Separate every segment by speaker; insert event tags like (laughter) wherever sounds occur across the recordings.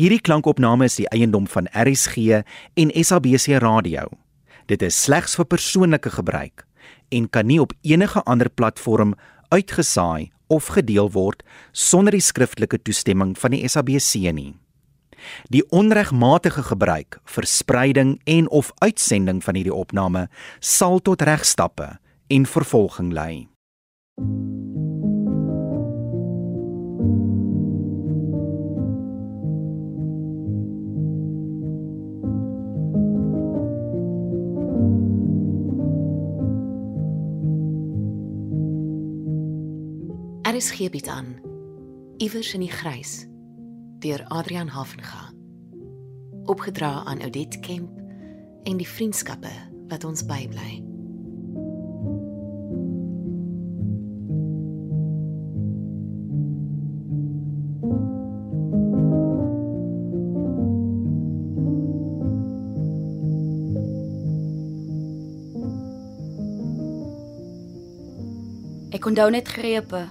Speaker 1: Hierdie klankopname is die eiendom van RSG en SABC Radio. Dit is slegs vir persoonlike gebruik en kan nie op enige ander platform uitgesaai of gedeel word sonder die skriftelike toestemming van die SABC nie. Die onregmatige gebruik, verspreiding en of uitsending van hierdie opname sal tot regstappe en vervolging lei.
Speaker 2: RSG bied Er aan Iewers in die grys deur Adrian Havenga. Opgedra aan Odit Kemp en die vriendskappe wat ons bybly.
Speaker 3: Ek onthou net grepe.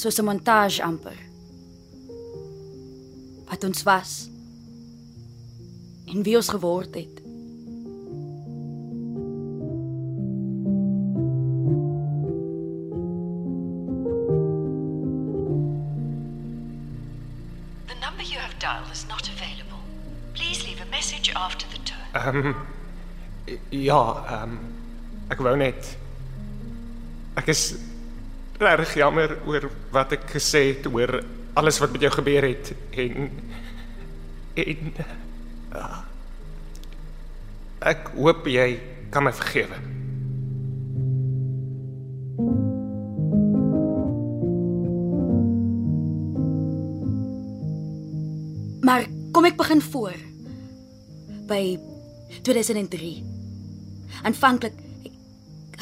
Speaker 3: Soos 'n montage amper. Wat ons was. En wie ons geword het.
Speaker 4: The number you have dialed is not available. Please leave a message after the tone.
Speaker 5: Ja, ehm um, ek wou net ek is regtig jammer oor wat ek gesê het oor alles wat met jou gebeur het en en ah, ek hoop jy kan my vergewe.
Speaker 3: Maar kom ek begin voor. By 2003. Aanvanklik ek,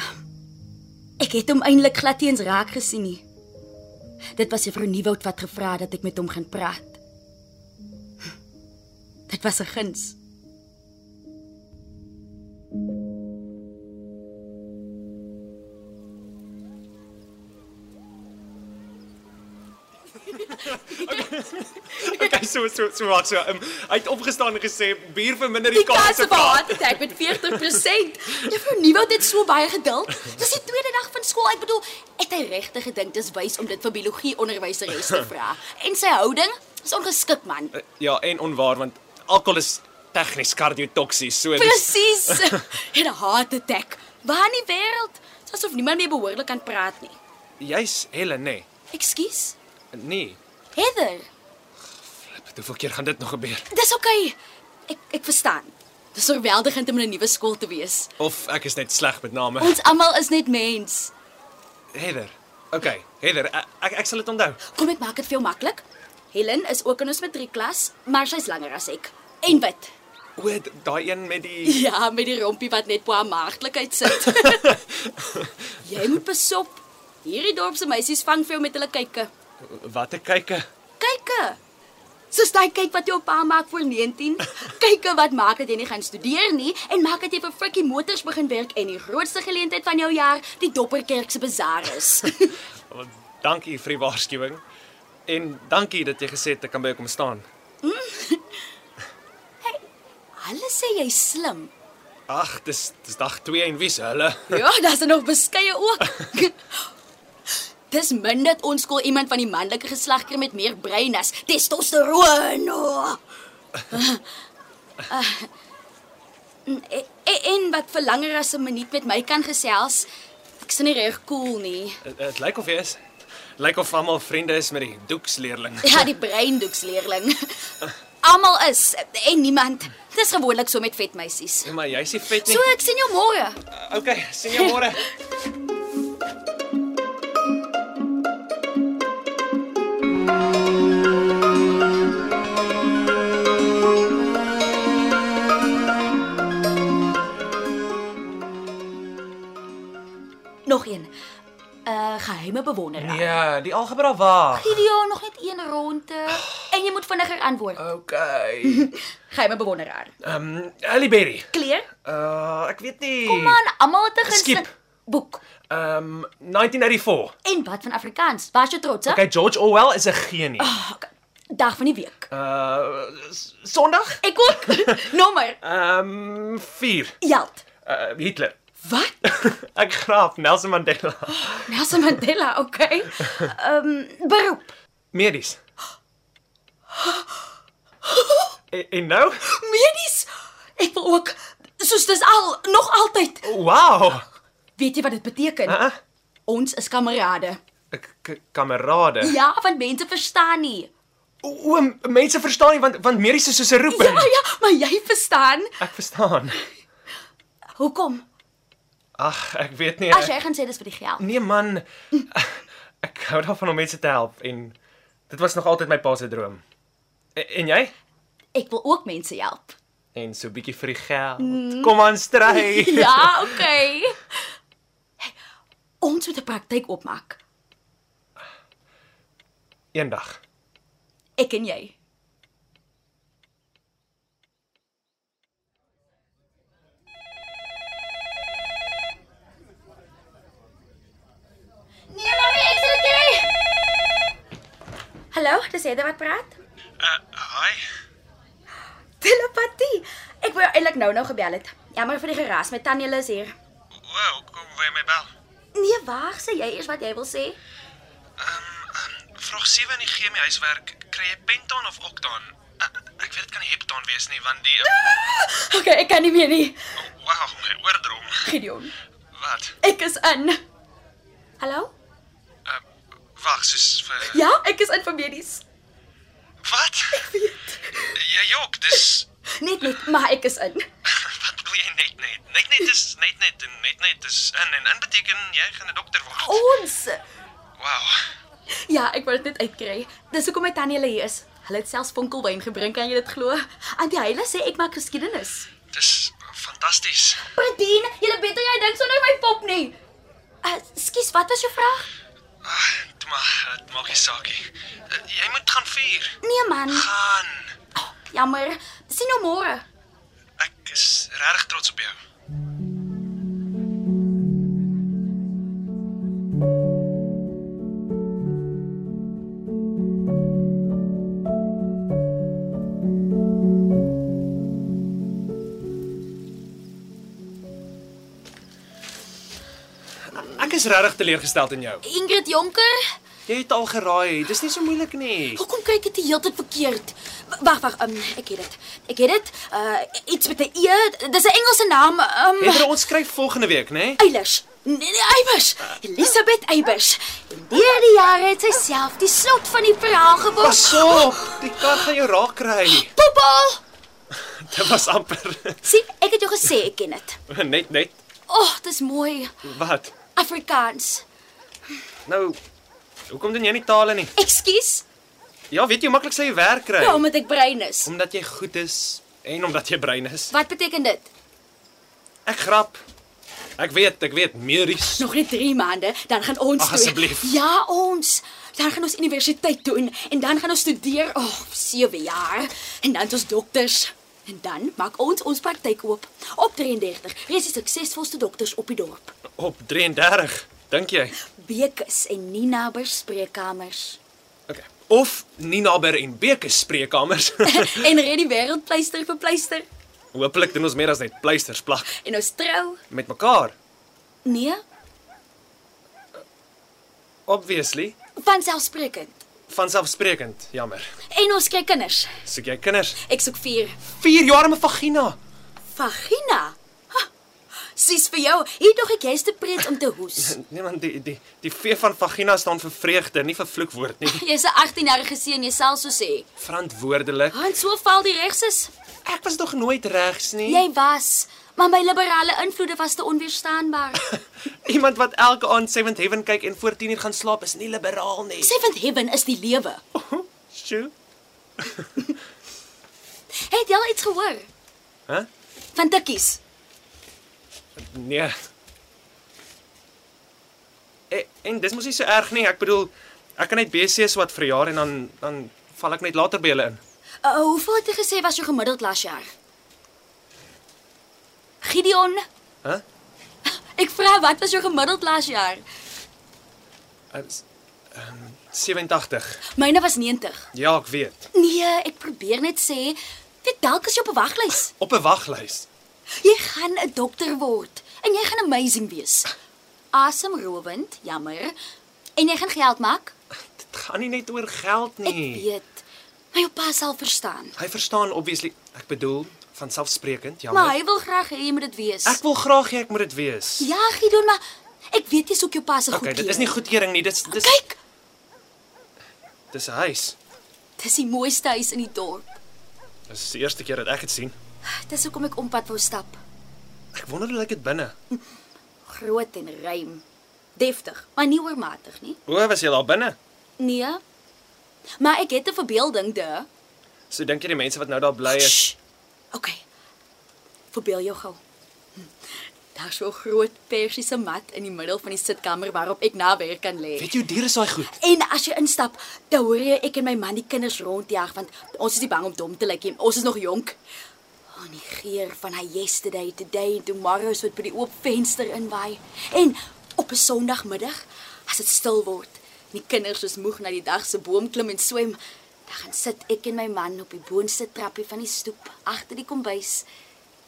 Speaker 3: ek het hom eintlik glad nie eens raak gesien nie. Dit was juffrou Nieuwoud wat gevra het dat ek met hom gaan praat. Dit was 'n guns.
Speaker 5: (laughs) Okay, so so so wat so. Um, hy het opgestaan en gesê bier verminder
Speaker 3: Die kans op 'n hart attack met 40%. Juffrou Nieuwoud het so baie geduld. Dis die tweede dag van skool. Ek bedoel, het hy regtig gedink dis wys om dit vir biologie onderwyseres te vra? En sy houding is ongeskik man.
Speaker 5: Ja, en onwaar want alkohol is tegnies kardiotoksies. So dis
Speaker 3: Presies. (laughs) En 'n hart attack. Waar in die wêreld? Dit is asof niemand meer behoorlik kan praat nie.
Speaker 5: jy's Helen, nê?
Speaker 3: Ekskuus.
Speaker 5: Nee. nee.
Speaker 3: Heather,
Speaker 5: Flip, hoeveel keer gaan dit nog gebeur?
Speaker 3: dis oukei. Okay. Ek ek verstaan. Dis oorweldigend om in 'n nuwe skool te wees.
Speaker 5: Of ek is net sleg met name.
Speaker 3: Ons almal is net mens.
Speaker 5: Heather. Okay, Heather, e- ek ek sal dit onthou.
Speaker 3: Kom ek maak dit vir jou maklik. Helen is ook in ons matriekklas, maar sy's langer as ek. En wit.
Speaker 5: O, d- daai een met die
Speaker 3: (laughs) Ja, met die rompie wat net po haar maagdelikheid
Speaker 5: (laughs)
Speaker 3: sit. jy moet besop. Hierdie dorp se meisies vang vir jou met hulle kykke.
Speaker 5: watter kyke.
Speaker 3: Kykke. Soos daai kyk wat jou pa maak voor 19. Kykke wat maak dat jy nie gaan studeer nie en maak dat jy vir Frikkie Motors begin werk en die grootste geleentheid van jou jaar die Dopperkerk se bazaar is. (laughs)
Speaker 5: Wel, Dankie vir die waarskuwing. En dankie dat jy gesê het ek kan by jou kom staan.
Speaker 3: Hulle sê jy's slim.
Speaker 5: Ag, dis dis dag 2 en wie's hulle?
Speaker 3: Ja, daar's er nog beskeie ook. Dis min dat ons skool iemand van die manlike geslag kry met meer brein as testosteroon. Oh. Ah, en- en- eh, en wat vir langer as 'n minuut met my kan gesels. Ek sien nie reg cool nie.
Speaker 5: Dit dit lyk of jy is. Lyk of almal vriende is met die doeksleerling.
Speaker 3: Ja, die breindoeksleerling. Almal is en niemand. Dis gewoonlik so met vet meisies.
Speaker 5: Nee, maar jy's nie vet nie.
Speaker 3: So ek sien jou môre.
Speaker 5: Okay, sien jou
Speaker 3: (laughs)
Speaker 5: môre.
Speaker 3: Nog een. 'n uh, Geheime bewonderaar.
Speaker 5: Ja, die algebra waar.
Speaker 3: Video nog net een ronde en jy moet vinniger antwoord. (laughs)
Speaker 5: Okay.
Speaker 3: Geheime bewonderaar.
Speaker 5: Ehm, um, Aliberry.
Speaker 3: Kleer?
Speaker 6: Eh.
Speaker 5: Uh, ek weet nie.
Speaker 3: Kom aan, almal het 'n gunsteling
Speaker 5: Skiep.
Speaker 3: er boek.
Speaker 5: Ehm, um, 1984.
Speaker 3: En wat van Afrikaans? Waar's jy trots op?
Speaker 5: Okay, George Orwell is 'n genie.
Speaker 3: Okay. dag van die week?
Speaker 6: Eh.
Speaker 5: Uh s- Sondag?
Speaker 3: Ek ook. (laughs) Nommer.
Speaker 5: Ehm 4.
Speaker 3: Jalt.
Speaker 5: Uh Hitler.
Speaker 3: Wat? (laughs)
Speaker 5: (laughs) Ek graaf Nelson Mandela.
Speaker 3: Nelson Mandela, okay. Ehm beroep.
Speaker 5: Medies. En, en nou?
Speaker 3: Medies. Ek wil ook soos dis al nog altyd.
Speaker 5: Wow.
Speaker 3: Weet jy wat dit beteken?
Speaker 5: Uh,
Speaker 3: Ons is kamerade.
Speaker 5: k- k- kamerade.
Speaker 6: Eh.
Speaker 3: Ja, want mense verstaan nie.
Speaker 5: O, oom, mense verstaan nie want want medies is soos 'n
Speaker 3: Ja,
Speaker 5: roeping.
Speaker 3: ja, maar jy verstaan.
Speaker 5: Ek verstaan.
Speaker 3: Hoekom?
Speaker 5: Ag, ek weet nie.
Speaker 3: As
Speaker 5: Ek,
Speaker 3: jy gaan sê dis vir die geld.
Speaker 5: nee man. (laughs) Ek hou daarvan om mense te help en dit was nog altyd my pa se droom. En, en jy?
Speaker 3: Ek wil ook mense help.
Speaker 5: En so 'n bietjie vir die geld.
Speaker 3: Mm.
Speaker 5: Kom aan stry.
Speaker 3: (laughs) Ja, okay. Hey, Ons moet 'n praktyk opmaak.
Speaker 5: Eendag.
Speaker 3: Ek en
Speaker 7: Nee,
Speaker 3: jy.
Speaker 7: Nee, mami, ek's okay. Hallo, dis Hedda wat praat.
Speaker 6: Hi.
Speaker 7: Telepatie. Ek wou eintlik nou-nou gebel het. Jammer vir die geraas, my tannie Lily is hier.
Speaker 6: Wow, kom by my bel.
Speaker 7: Nee, wag, sê jy eers wat jy wil sê?
Speaker 6: Ehm, Vraag 7 in die chemie huiswerk, kry jy pentaan of oktaan? Ek, ek weet dit kan nie heptaan wees nie want die
Speaker 3: Okay, ek kan nie meer nie.
Speaker 6: wow, my oordrom.
Speaker 3: Gideon,
Speaker 6: Wat?
Speaker 3: ek is in.
Speaker 7: Hallo?
Speaker 6: Uh, Wag, soos vir
Speaker 3: Ja, ek is in vir medies.
Speaker 6: Wat? Ek weet. Jy jok, dis (laughs)
Speaker 3: Net net, maar ek is in.
Speaker 6: wat bedoel jy net net? Net net is net net en net net is in en in beteken jy gaan 'n dokter word.
Speaker 3: Ons.
Speaker 6: Wow.
Speaker 3: Ja, ek wou dit net uitkry. Dis hoekom my tannie hulle hier is. Hulle het selfs vonkelwyn gebring, kan jy dit glo? Antie Heile sê ek maak geskiedenis.
Speaker 6: Dis fantasties.
Speaker 3: Pradien, jy weet hoe jy dink sonder my pop nie.
Speaker 7: Uh,
Speaker 3: Eh,
Speaker 7: skus, wat was jou vraag?
Speaker 6: Ah, dit maak dit maak nie saak nie. Eh, Jy moet gaan vier.
Speaker 7: Nee man,
Speaker 6: Gaan.
Speaker 7: jammer. Sien
Speaker 3: nou
Speaker 7: jou môre.
Speaker 6: Ek is regtig trots op jou.
Speaker 5: Ek is regtig teleurgesteld in jou.
Speaker 3: Ingrid Jonker,
Speaker 5: Jy het al geraai. Dis nie so moeilik nie.
Speaker 3: hoekom kyk dit die hele tyd verkeerd? W- Wag, wag, um, ek het dit. Ek het dit. Uh iets met 'n e. Dis 'n Engelse naam. Um
Speaker 5: Hedder, ons skryf volgende week, né?
Speaker 3: Eilers. Nee, nee, Eybers. Elisabeth Eybers. En deur die jare het sy self die slot van die verhaal geword.
Speaker 5: Pas op, die kar gaan jou raak kry.
Speaker 3: Popol.
Speaker 5: Dit was (laughs) amper
Speaker 3: Sien, ek het jou gesê ek ken dit.
Speaker 5: net net
Speaker 3: O, oh, dis mooi.
Speaker 5: wat.
Speaker 3: Afrikaans.
Speaker 5: Nou Hoekom doen jy nie tale nie?
Speaker 3: Ekskuus,
Speaker 5: Ja, weet jy hoe maklik sê jy werk kry?
Speaker 3: ja, omdat ek brein is.
Speaker 5: Omdat jy goed is en omdat jy brein is.
Speaker 3: Wat beteken dit?
Speaker 5: Ek grap. Ek weet, ek weet, meeries.
Speaker 3: Nog net 3 maande, dan gaan ons
Speaker 5: Ag,
Speaker 3: toe.
Speaker 5: asseblief.
Speaker 3: Ja, ons. Dan gaan ons universiteit toe en, en dan gaan ons studeer, oh, 7 jaar en dan is ons dokters. En dan maak ons ons praktyk oop. Op 33 reis die suksesvolste dokters op die dorp.
Speaker 5: Op 33, dink jy?
Speaker 3: Bekes en Nina bespreekkamers.
Speaker 5: Okay. Of Ninaber en Beke se spreekkamers.
Speaker 3: (laughs)
Speaker 5: (laughs)
Speaker 3: en red die wêreld pleister vir pleister
Speaker 5: Hooplik doen ons meer as net pleisters plak
Speaker 3: en ons trou.
Speaker 5: met mekaar.
Speaker 3: Nee,
Speaker 5: Obviously,
Speaker 3: van selfsprekend.
Speaker 5: vanselfsprekend, jammer.
Speaker 3: En ons kry kinders.
Speaker 5: Soek jy kinders?
Speaker 3: Ek soek vier.
Speaker 5: 4 jaar met vagina.
Speaker 3: Vagina. Ha, Sies vir jou, hier tog ek jy's te pret om te
Speaker 5: (laughs)
Speaker 3: hoes.
Speaker 5: Nee man, die die die vee van vagina staan vir vreugde, nie vir vloekwoord nie.
Speaker 3: Jy's 'n 18-jarige seun, jy sal so sê.
Speaker 5: Verantwoordelik.
Speaker 3: Want so val die regses.
Speaker 5: Ek was nog nooit regs nie.
Speaker 3: Jy was, maar my liberale invloede was te onweerstaanbaar.
Speaker 5: Iemand wat elke aand Seventh Heaven kyk en voor 10uur gaan slaap is nie liberaal nie.
Speaker 3: Seventh Heaven is die lewe.
Speaker 5: Sjoe.
Speaker 3: Het jy al iets gehoor?
Speaker 5: Hæ?
Speaker 3: Van Tikkies.
Speaker 5: Nee. En, en dis mos nie so erg nie. Ek bedoel, ek kan net BC's wat verjaar en dan dan val ek net later by hulle in.
Speaker 3: Uh, hoeveel het jy gesê was jou gemiddeld laas jaar? Gideon,
Speaker 5: Hæ? Eh,
Speaker 3: ek vra wat was jou gemiddeld laas jaar?
Speaker 5: Huh? 87.
Speaker 3: Myne was 90.
Speaker 5: ehm, Ja, ek weet.
Speaker 3: Nee, ek probeer net sê, weet dalk is jy op 'n waglys.
Speaker 5: Op 'n waglys.
Speaker 3: Jy gaan 'n dokter word en jy gaan amazing wees. Asemrowend, jammer. En jy gaan geld maak?
Speaker 5: Dit gaan nie net oor geld
Speaker 3: Ek
Speaker 5: nie.
Speaker 3: weet. Maar jou pa sal verstaan.
Speaker 5: Hy verstaan obviously. Ek bedoel, van selfsprekend, jammer.
Speaker 3: Maar hy wil graag hê jy moet dit weet.
Speaker 5: Ek wil graag hê ek moet dit weet.
Speaker 3: Ja, Gideon, maar ek weet jy soek jou pa se
Speaker 5: Okay,
Speaker 3: goedkeuring.
Speaker 5: dit is nie goedkeuring nie. Dis dis
Speaker 3: Kyk,
Speaker 5: dis 'n huis.
Speaker 3: dis die mooiste huis in die dorp.
Speaker 5: Dis die eerste keer dat ek dit sien.
Speaker 3: Dis hoekom ek ompad wou stap.
Speaker 5: Ek wonder hoe lyk dit binne.
Speaker 3: Groot en ruim. Deftig, maar nie oormatig nie.
Speaker 5: Hoe was jy daar binne?
Speaker 3: Nee. Maar ek het 'n verbeelding, duh.
Speaker 5: So dink jy die mense wat nou daar bly is,
Speaker 3: Sst. OK. Verbeel jou gou. Hm. Daar's so 'n groot persiese mat in die middel van die sitkamer waarop ek na werk kan lê.
Speaker 5: weet jou dier is daai goed.
Speaker 3: En as jy instap, dan hoor jy ek en my man die kinders rondjag want ons is nie bang om dom te lyk nie. Ons is nog jonk. Aan die geur van haar yesterday, today en tomorrow's wat by die oop venster inwaai. En op 'n Sondagmiddag, as dit stil word en die kinders is moeg na die dag se boom klim en swem, dan gaan sit ek en my man op die boonste trappie van die stoep agter die kombuis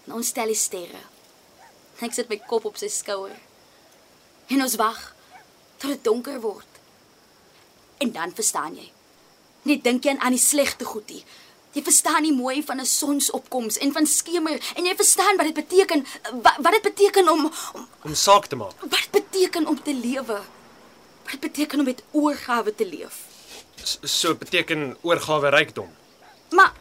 Speaker 3: en ons stel die sterre. En Ek sit my kop op sy skouer. En ons wag tot dit donker word. En dan verstaan jy. Net dink jy aan aan die slegte goedie. Jy verstaan nie mooi van 'n sonsopkoms en van skemer en jy verstaan wat dit beteken wat, wat dit beteken om, om
Speaker 5: Om saak te maak.
Speaker 3: wat dit beteken om te lewe. Wat dit beteken om met oorgawe te leef.
Speaker 5: S- So beteken oorgawe rykdom.
Speaker 3: Maar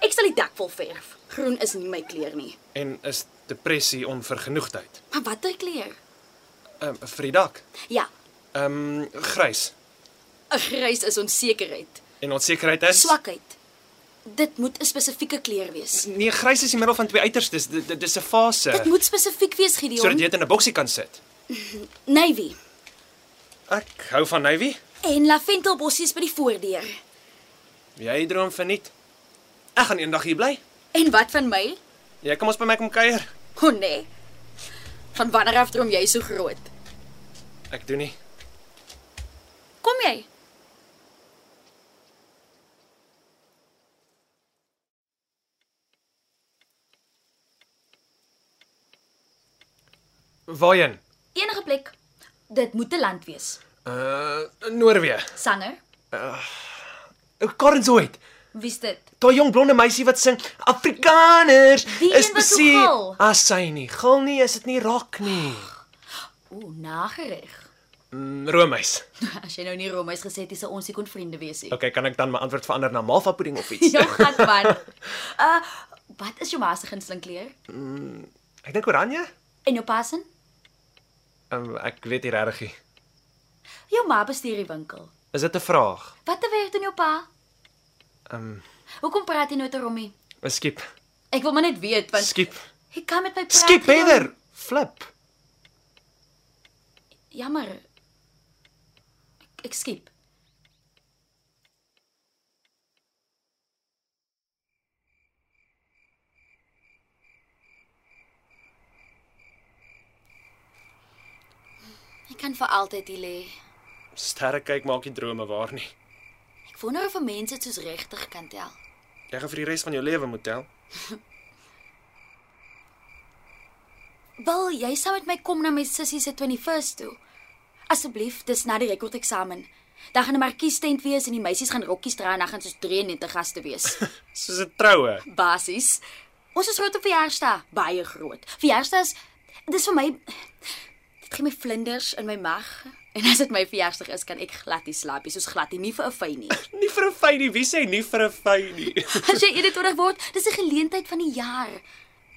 Speaker 3: ek sal die dak vol verf. Groen is nie my kleur nie.
Speaker 5: En is depressie onvergenoegdheid.
Speaker 3: Maar watter kleur?
Speaker 5: Ehm um, vir die dak.
Speaker 3: Ja,
Speaker 5: Ehm um, grys.
Speaker 3: 'n grys is onsekerheid,
Speaker 5: En onsekerheid is
Speaker 3: swakheid. Dit moet 'n spesifieke kleur wees.
Speaker 5: Nee, grys is die middel van twee uiterstes. Dit dit- dis 'n fase
Speaker 3: Dit moet spesifiek wees, Gideon.
Speaker 5: sodat jy dit in 'n boksie kan sit.
Speaker 3: Navy.
Speaker 5: Ek hou van navy.
Speaker 3: En laventelbossies by die voordeur.
Speaker 5: Jy droom verniet. Ek gaan eendag hier bly.
Speaker 3: En wat van my?
Speaker 5: Jy kom ons by my kom kuier.
Speaker 3: O oh, nee. Van wanneer af droom jy so groot?
Speaker 5: Ek doen nie.
Speaker 3: Kom jy?
Speaker 5: Waarheen?
Speaker 3: Enige plek. Dit moet 'n land wees.
Speaker 5: Uh Noorwe.
Speaker 3: Sanger,
Speaker 5: Karnsoet.
Speaker 3: wie's dit?
Speaker 5: Daai jong blonde meisie wat sing Afrikaners
Speaker 3: Die
Speaker 5: is
Speaker 3: een wat so
Speaker 5: beseer.
Speaker 3: gil.
Speaker 5: As sy nie gil nie, is dit nie raak nie.
Speaker 3: O, nagereg.
Speaker 5: Mm, Roomys.
Speaker 3: (laughs) As jy nou nie Romeis gesê het, sou ons nie kon vriende wees
Speaker 5: (laughs)
Speaker 3: nie.
Speaker 5: Okay, kan ek dan my antwoord verander na malva pudding of
Speaker 3: (laughs)
Speaker 5: iets?
Speaker 3: Jou gat man. Uh, wat is jou ma se gunsteling kleur?
Speaker 5: Ek dink oranje.
Speaker 3: En jou passen?
Speaker 5: Um, ek weet nie regtig nie.
Speaker 3: Jou ma bestuur die winkel.
Speaker 5: Is dit 'n vraag?
Speaker 3: Wat te werk doen jou pa?
Speaker 5: Um
Speaker 3: Hoekom praat jy nou te rommie?
Speaker 5: skiep.
Speaker 3: Ek wil maar net weet want
Speaker 5: Skiep.
Speaker 3: hy kan met my praat.
Speaker 5: Skiep
Speaker 3: Gideon.
Speaker 5: verder. Flip.
Speaker 3: Jammer. Ek, ek skiep. Ek kan vir altyd hier lê.
Speaker 5: Sterre kyk maak nie drome waar nie.
Speaker 3: Ek wonder of 'n mens dit soos regtig kan tel.
Speaker 5: Jy gaan vir die res van jou lewe moet tel.
Speaker 3: Wil jy sou met my kom na my sussie se 21st toe? Asseblief, dis na die rekordeksamen. Dan gaan 'n markies tent wees en die meisies gaan rokkies dra en dan gaan soos 93 gaste wees.
Speaker 5: Soos 'n troue.
Speaker 3: Basies. Ons is groot op verjaarsdag, baie groot. Verjaarsdae is dis vir my dit gee my vlinders in my maag. En as dit my verjaarsdag is, kan ek glad nie slaap nie, soos glad nie, nie vir 'n fyn nie.
Speaker 5: Nie vir 'n fyn nie. Wie sê nie vir 'n fyn nie? (laughs)
Speaker 3: As jy 21 word, dis 'n geleentheid van die jaar.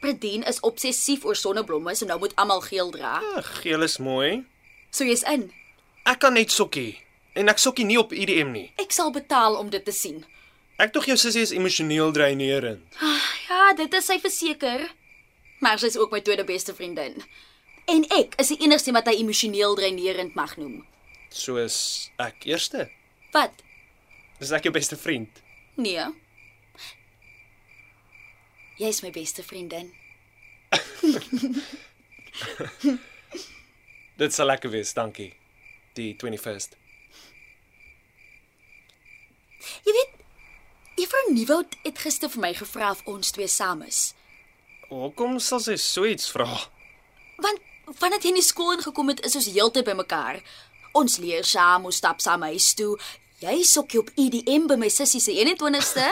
Speaker 3: Predien is obsessief oor sonneblomme, so nou moet almal geel dra.
Speaker 5: Ah, Geel is mooi.
Speaker 3: So jy's in.
Speaker 5: Ek kan net sokkie en ek sokkie nie op EDM nie.
Speaker 3: Ek sal betaal om dit te sien.
Speaker 5: Ek tog jou sussie is emosioneel dreinerend.
Speaker 3: Ja, dit is sy verseker. Maar sy is ook my tweede beste vriendin. En ek is die enigste wat hy emosioneel dreinerend mag noem.
Speaker 5: Soos ek eerste.
Speaker 3: Wat?
Speaker 5: Dis ek jou beste vriend.
Speaker 3: Nee. Jy is my beste vriendin.
Speaker 5: Dit sal lekker wees, dankie. Die 21st.
Speaker 3: Jy weet, Juffrou Nieuwoud het gister vir my gevra of ons twee saam is.
Speaker 5: Hoekom sal sy so iets vra?
Speaker 3: Want vandat jy in die skool ingekom het, is ons heeltyd bymekaar. Ons leer saam, ons stap saam huis toe. Jy sokkie op EDM by my sussie se 21ste.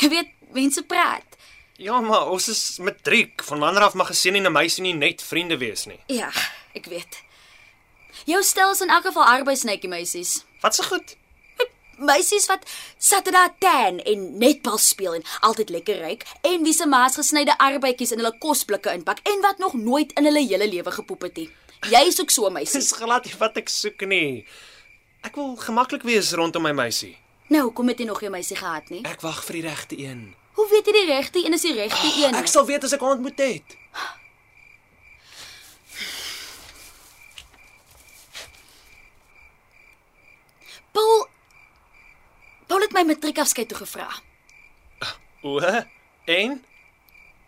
Speaker 3: jy weet, mense praat.
Speaker 5: Ja, maar ons is matriek. Van wanneer af mag 'n seun en 'n meisie nie net vriende wees nie?
Speaker 3: Ja, ek weet. Jou stel is in elk geval arbeidsnetjie meisies.
Speaker 5: Wat se goed? (laughs)
Speaker 3: Meisies wat Saterdag tan en netbal speel en altyd lekker ryk en wie se maas gesnyde arbeidjies in hulle kosblikke inpak en wat nog nooit in hulle hele lewe gepoep het nie. Jy is ook so meisies.
Speaker 5: Dis glad nie wat ek soek nie. Ek wil gemaklik wees rondom my meisie.
Speaker 3: Nou, kom dit nog jy meisie gehad nie.
Speaker 5: Ek wag vir die regte een.
Speaker 3: Hoe weet jy die regte een is die regte een?
Speaker 5: Ek sal weet as ek haar ontmoet het.
Speaker 3: Paul Paul het my matriekafskeid toe gevra
Speaker 5: O, en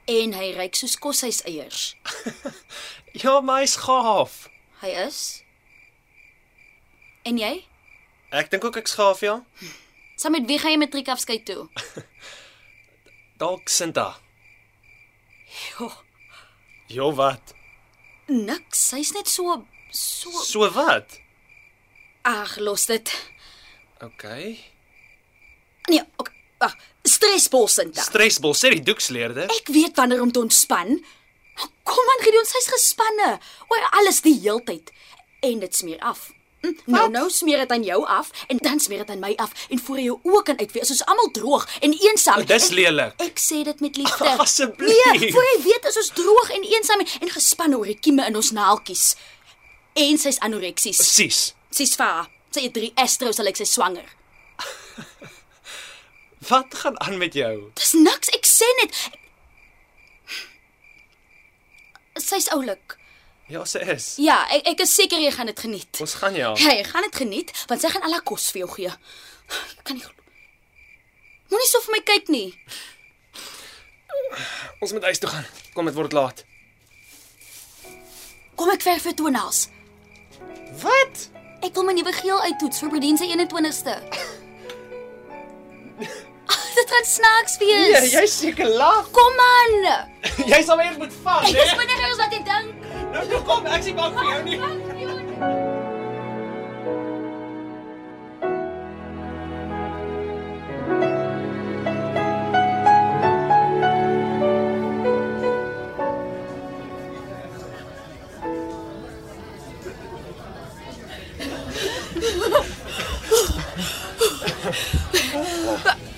Speaker 3: en hy ryk soos koshuiseiers.
Speaker 5: ja, my is gaaf.
Speaker 3: Hy is En jy?
Speaker 5: Ek dink ook ek's gaaf, ja.
Speaker 3: Saam met wie gaan jy matriekafskeid toe?
Speaker 5: Dalk Sinta.
Speaker 3: Jo,
Speaker 5: Jo wat?
Speaker 3: niks. Hy's net so so
Speaker 5: So wat?
Speaker 3: Ag, los dit.
Speaker 5: OK.
Speaker 3: Nee, ok. Wag, stresbol Sinta.
Speaker 5: Stresbol sê Ja. die doeksleerder.
Speaker 3: Ek weet wanneer om te ontspan. Kom aan, Gideon, sy's gespanne oor alles die heeltyd en dit smeer af. Hm, Nou nou smeer dit aan jou af en dan smeer dit aan my af en voor jy jou oë kan uitwees, is ons almal droog en eensaam.
Speaker 5: O, Oh, dis
Speaker 3: Ek-
Speaker 5: lelik.
Speaker 3: Ek sê dit
Speaker 5: (laughs)
Speaker 3: met liefde.
Speaker 5: Asseblief.
Speaker 3: Nee, voor jy weet is ons droog en eensaam en, en gespanne oor die kieme in ons naaltjies. En sy's anoreksies.
Speaker 5: Presies.
Speaker 3: Sy's va. Sy eet 3 astros al ek sy swanger.
Speaker 5: Wat gaan aan met jou?
Speaker 3: Dis niks, ek sê net. Sy's oulik.
Speaker 5: Ja, sy is.
Speaker 3: Ja, ek ek is seker jy gaan dit geniet.
Speaker 5: Ons gaan ja.
Speaker 3: Ja, jy gaan dit geniet want sy gaan al haar kos vir jou gee. Ek kan nie glo. Moenie so vir my kyk nie.
Speaker 5: Ons moet huis toe gaan. Kom, dit word laat.
Speaker 3: Kom ek verf vir Tonals.
Speaker 5: Wat?
Speaker 3: Ek wil my nuwe geel uittoets vir Bredien se (laughs) 21ste. Ah, dit gaan snaaks wees.
Speaker 5: Ja, jy's seker lag.
Speaker 3: Kom aan.
Speaker 5: Jy sal eers moet vat,
Speaker 3: Ek is binne ons wat jy dink.
Speaker 5: Nou toe kom, ek sien bang vir jou nie.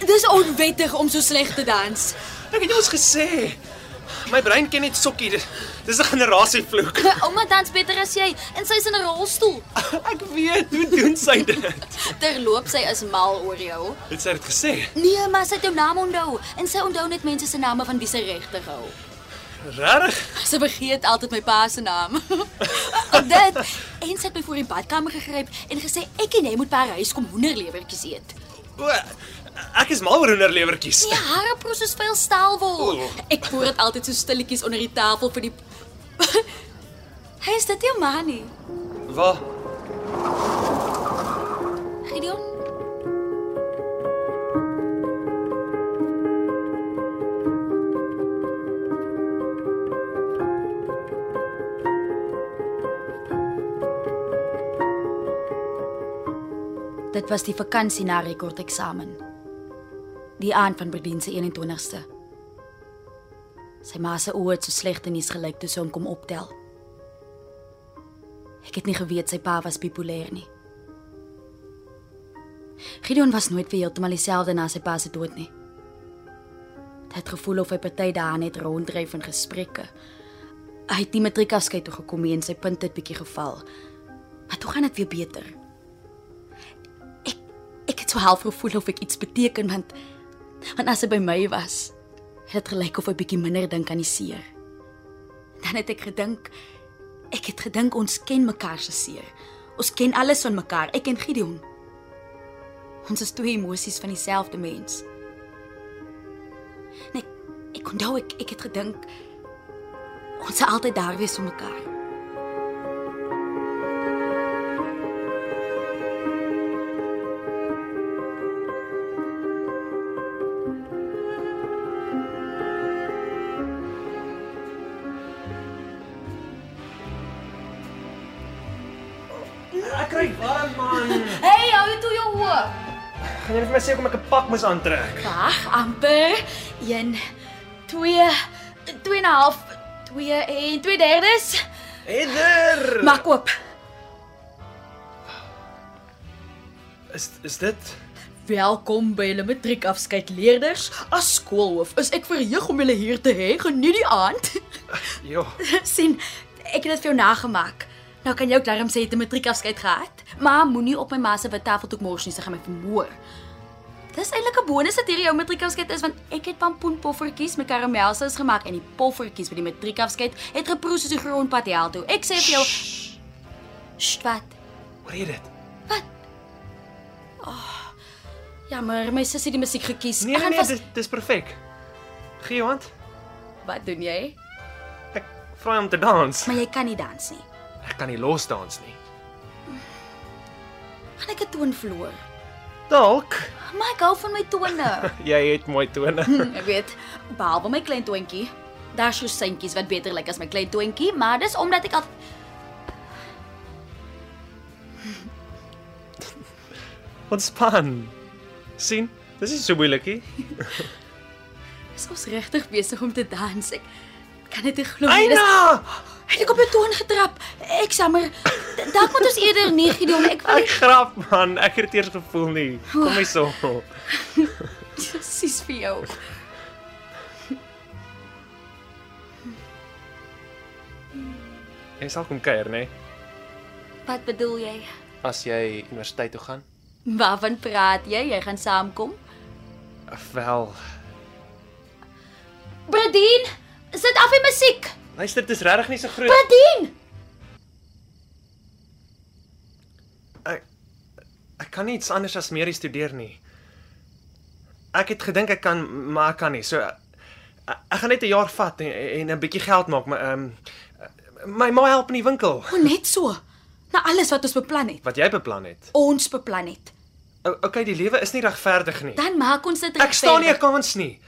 Speaker 3: Dis onwettig om so sleg te dans.
Speaker 5: Ek het jou ons gesê. My brein ken net sokkie. Dis- Dis 'n (laughs) generasievloek.
Speaker 3: (laughs) My ouma dans beter as jy en sy's in 'n rolstoel.
Speaker 5: Ek weet, hoe doen sy dit?
Speaker 3: Terloop sy is mal oor jou.
Speaker 5: Het sy dit gesê?
Speaker 3: Nee, maar sy het jou naam onthou en sy onthou net mense se name van wie sy regtig hou.
Speaker 5: Regtig?
Speaker 3: Sy vergeet altyd my pa se naam. (laughs) Op dit en sy het my voor die badkamer gegryp en gesê ek en jy moet by haar huis kom hoenderlewertjies eet.
Speaker 5: O, ek is mal oor hoenderlewertjies.
Speaker 3: Die hare proses veel staal word.
Speaker 5: Oeh.
Speaker 3: Ek voer dit altyd so stilletjies onder die tafel vir die (laughs) Hy is dit jou ma nie.
Speaker 5: Waar?
Speaker 3: Gideon Dit was die vakansie na rekordeksamen. Die aand van Bedien se 21ste. Sy ma se oë het so sleg en nies gelyk toe sy hom kom optel. Ek het nie geweet sy pa was bipolêr nie. Gideon was nooit weer heeltemal dieselfde na sy pa se dood nie. Hy het gevoel of hy party dae net ronddryf in gesprekke. Hy het nie matriekafskeid toe gekom nie en sy punt het bietjie geval. Maar toe gaan dit weer beter. Ek ek het so half gevoel of ek iets beteken want want as hy by my was, het dit gelyk of hy bietjie minder dink aan die seer. Dan het ek gedink ek het gedink ons ken mekaar se seer. Ons ken alles van mekaar. Ek en Gideon. Ons is twee emosies van dieselfde mens. En ek ek onthou ek ek het gedink ons sal altyd daar wees vir mekaar.
Speaker 5: kry warm man.
Speaker 8: Hey, hou jy toe jou hoë.
Speaker 5: Gaan jy net vir my sê hoekom ek 'n pak moet aantrek?
Speaker 3: Wag, amper 1 2 2.5 2 en 2/3.
Speaker 5: Heather,
Speaker 3: Maak oop.
Speaker 5: is is dit?
Speaker 9: Welkom by julle matriekafskeidleerders. As skoolhoof is ek verheug om julle hier te hê. Geniet die aand.
Speaker 5: (laughs) Ja,
Speaker 3: sien, ek het dit vir jou nagemaak. Nou kan jy ook daarom sê jy het 'n matriekafskeid gehad, maar moenie op my ma se wit tafeldoek mors nie, sy gaan my vermoor. Dis eintlik 'n bonus dat hierdie jou matriekafskeid is want ek het pampoenpoffertjies met karamelsous gemaak en die poffertjies by die matriekafskeid het geproe soos die grondpad hel toe. Ek sê vir jou, "Sst, wat?
Speaker 5: hoor jy dit?
Speaker 3: Jammer, my sussie het die musiek gekies.
Speaker 5: Nee
Speaker 3: Ek
Speaker 5: nee,
Speaker 3: gaan
Speaker 5: nee
Speaker 3: vas-
Speaker 5: dis dis perfek. Gee jou hand.
Speaker 3: Wat doen jy?
Speaker 5: Ek vra jou om te dans.
Speaker 3: Maar jy kan nie dans nie.
Speaker 5: Ek kan nie los dans nie.
Speaker 3: Gaan ek 'n toon verloor?
Speaker 5: Dalk
Speaker 3: Maar ek hou van my tone.
Speaker 5: jy het mooi tone.
Speaker 3: Ek weet, behalwe my klein toontjie. Daar's so seentjies wat beter lyk as my klein toontjie, maar dis omdat ek al
Speaker 5: (laughs) Ontspan. sien? Dis is so moeilikie.
Speaker 3: is ons regtig besig om te dans. Ek kan dit nie glo nie. Dis
Speaker 5: Eina!
Speaker 3: het ek op 'n toon getrap. Ek jammer. d- Dalk moet ons eerder nie Gideon, ek wil
Speaker 5: Ek grap man, ek het dit eers gevoel nie. Kom hier so.
Speaker 3: presies vir jou.
Speaker 5: Jy sal kom kuier, né? Nee?
Speaker 3: Wat bedoel jy?
Speaker 5: As jy universiteit toe gaan.
Speaker 3: Waarvan praat jy? Jy gaan saamkom?
Speaker 5: Wel,
Speaker 3: Bradien, sit af die musiek.
Speaker 5: luister, dit is regtig nie so groot.
Speaker 3: Bradien,
Speaker 5: Ek ek kan nie iets anders as meer studeer nie. Ek het gedink ek kan, maar ek kan nie. So ek, ek gaan net 'n jaar vat en, en 'n bietjie geld maak, maar ehm um, my ma help in die winkel
Speaker 3: oh, net so. Na alles wat ons beplan het.
Speaker 5: wat jy beplan het.
Speaker 3: Ons beplan het.
Speaker 5: O, okay, die lewe is nie regverdig nie.
Speaker 3: Dan maak ons dit
Speaker 5: Ek staan nie 'n
Speaker 3: regverdig.
Speaker 5: kans nie.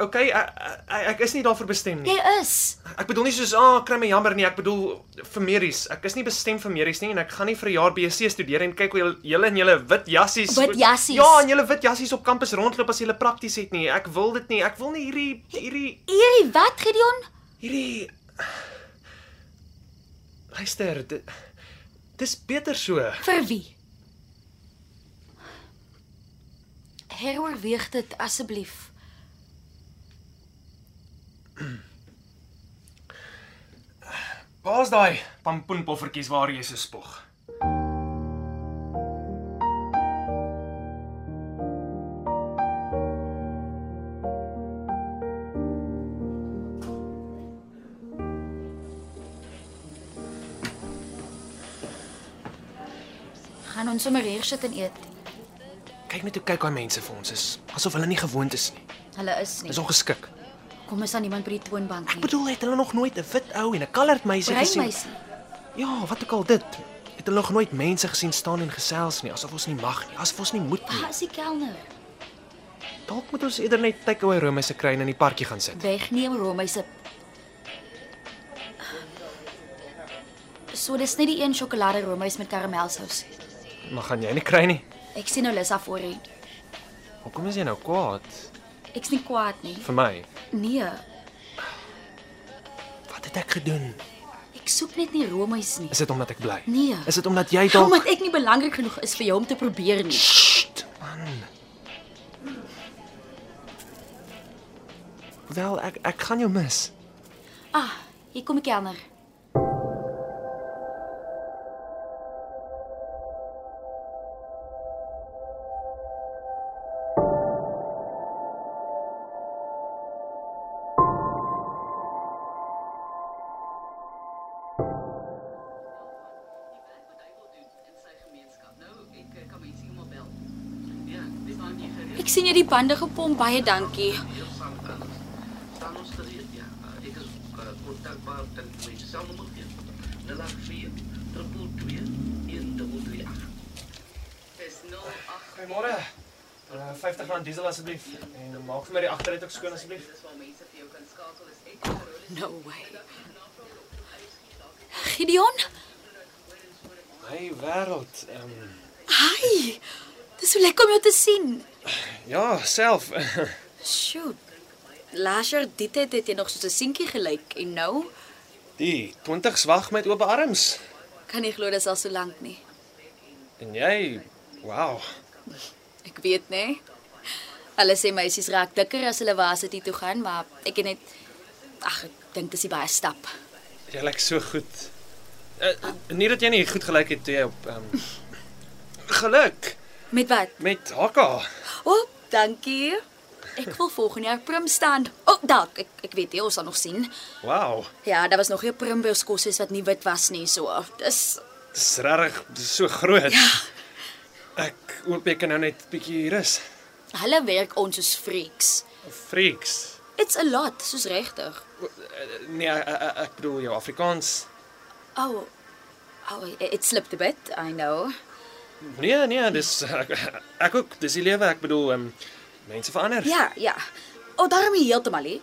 Speaker 5: Okay, ek, ek, ek is nie daarvoor bestem nie.
Speaker 3: Jy is.
Speaker 5: Ek bedoel nie soos ah, kry my jammer nie, ek bedoel vir Meries. Ek is nie bestem vir Meries nie en ek gaan nie vir 'n jaar BSc studeer en kyk hoe julle- julle in julle wit jassies
Speaker 3: Wit jassies.
Speaker 5: Ja, en julle wit jassies op kampus rondloop as julle prakties het nie. Ek wil dit nie. Ek wil nie hierdie hierdie
Speaker 3: Hierdie wat Gideon?
Speaker 5: hierdie Luister, dit dis beter so.
Speaker 3: Vir wie?
Speaker 2: Heroorweeg dit asseblief.
Speaker 5: Waar's daai pampoenpoffertjies waar jy so spog?
Speaker 3: Gaan ons sommer hier sit en eet.
Speaker 5: Kyk net hoe kyk daai mense vir ons is asof hulle nie gewoond is nie.
Speaker 3: Hulle is nie.
Speaker 5: Dis ongeskik.
Speaker 3: Kom is aan iemand by die toonbank
Speaker 5: Ek
Speaker 3: nie.
Speaker 5: bedoel het hulle nog nooit 'n wit ou en 'n colored meisie
Speaker 3: Brein
Speaker 5: gesien.
Speaker 3: meisie.
Speaker 5: Ja, wat ook al dit. Het hulle nog nooit mense gesien staan en gesels nie, asof ons nie mag nie, asof ons nie moet nie.
Speaker 3: Waar is die kelner?
Speaker 5: Dalk moet ons eerder net takeaway roomys se kry en in die parkie gaan sit.
Speaker 3: Wegneem Rome se. So dis net die een sjokolade roomys met karamelsous.
Speaker 5: Maar gaan jy nie kry nie.
Speaker 3: Ek sien nou Lissa voor hier.
Speaker 5: Hoekom is jy nou kwaad
Speaker 3: Ek's nie kwaad nie.
Speaker 5: vir my?
Speaker 3: Nee,
Speaker 5: Wat het ek gedoen?
Speaker 3: ek soek net nie roomys nie.
Speaker 5: Is dit omdat ek bly?
Speaker 3: Nee.
Speaker 5: Is dit omdat jy dalk
Speaker 3: Omdat ek nie belangrik genoeg is vir jou om te probeer nie.
Speaker 5: Sst, man. Wel, ek ek gaan jou mis.
Speaker 3: Ah, hier kom die kelner. Ek sien jy het die bande gepomp, baie dankie.
Speaker 5: Goeiemôre. Uh, R50 diesel asseblief en maak vir my die agteruit ook skoon asseblief.
Speaker 3: No way. Gideon,
Speaker 5: Hey wêreld. Ehm
Speaker 3: Hi. Dis so lekker om jou te sien.
Speaker 5: ja, self. (laughs)
Speaker 3: Shoot. Laas jaar die tyd het jy nog soos 'n seentjie gelyk en nou
Speaker 5: Die 20's wag met oop arms.
Speaker 3: kan nie glo dis al so lank nie.
Speaker 5: En jy, wow.
Speaker 3: Ek weet nê. Hulle sê meisies raak dikker as hulle varsity toe gaan, maar ek het net ag, ek dink dis die baie stap.
Speaker 5: Jy lyk so goed. Uh, nie dat jy nie goed gelyk het toe jy op ehm geluk
Speaker 3: Met wat?
Speaker 5: met Hakka.
Speaker 3: O, oh, dankie. Ek wil volgende jaar prim staan. O, oh, dalk ek ek weet jy ons sal nog sien.
Speaker 5: Wow.
Speaker 3: Ja, daar was nog 'n prim by ons koshuis wat nie wit was nie, so. Dis
Speaker 5: Dis regtig dis so groot. Ja. Ek hoop jy kan nou net bietjie rus.
Speaker 3: hulle werk ons soos freaks.
Speaker 5: Freaks.
Speaker 3: It's a lot, soos regtig.
Speaker 5: Nee, ek, ek- ek bedoel jou Afrikaans.
Speaker 3: Oh. Oh, it- it slipped a bit, I know.
Speaker 5: Nee, nee, dis (laughs) ek, ek ook, dis die lewe. Ek bedoel, ehm mense verander.
Speaker 3: Ja, ja. O, oh, daarom nie heeltemal hè.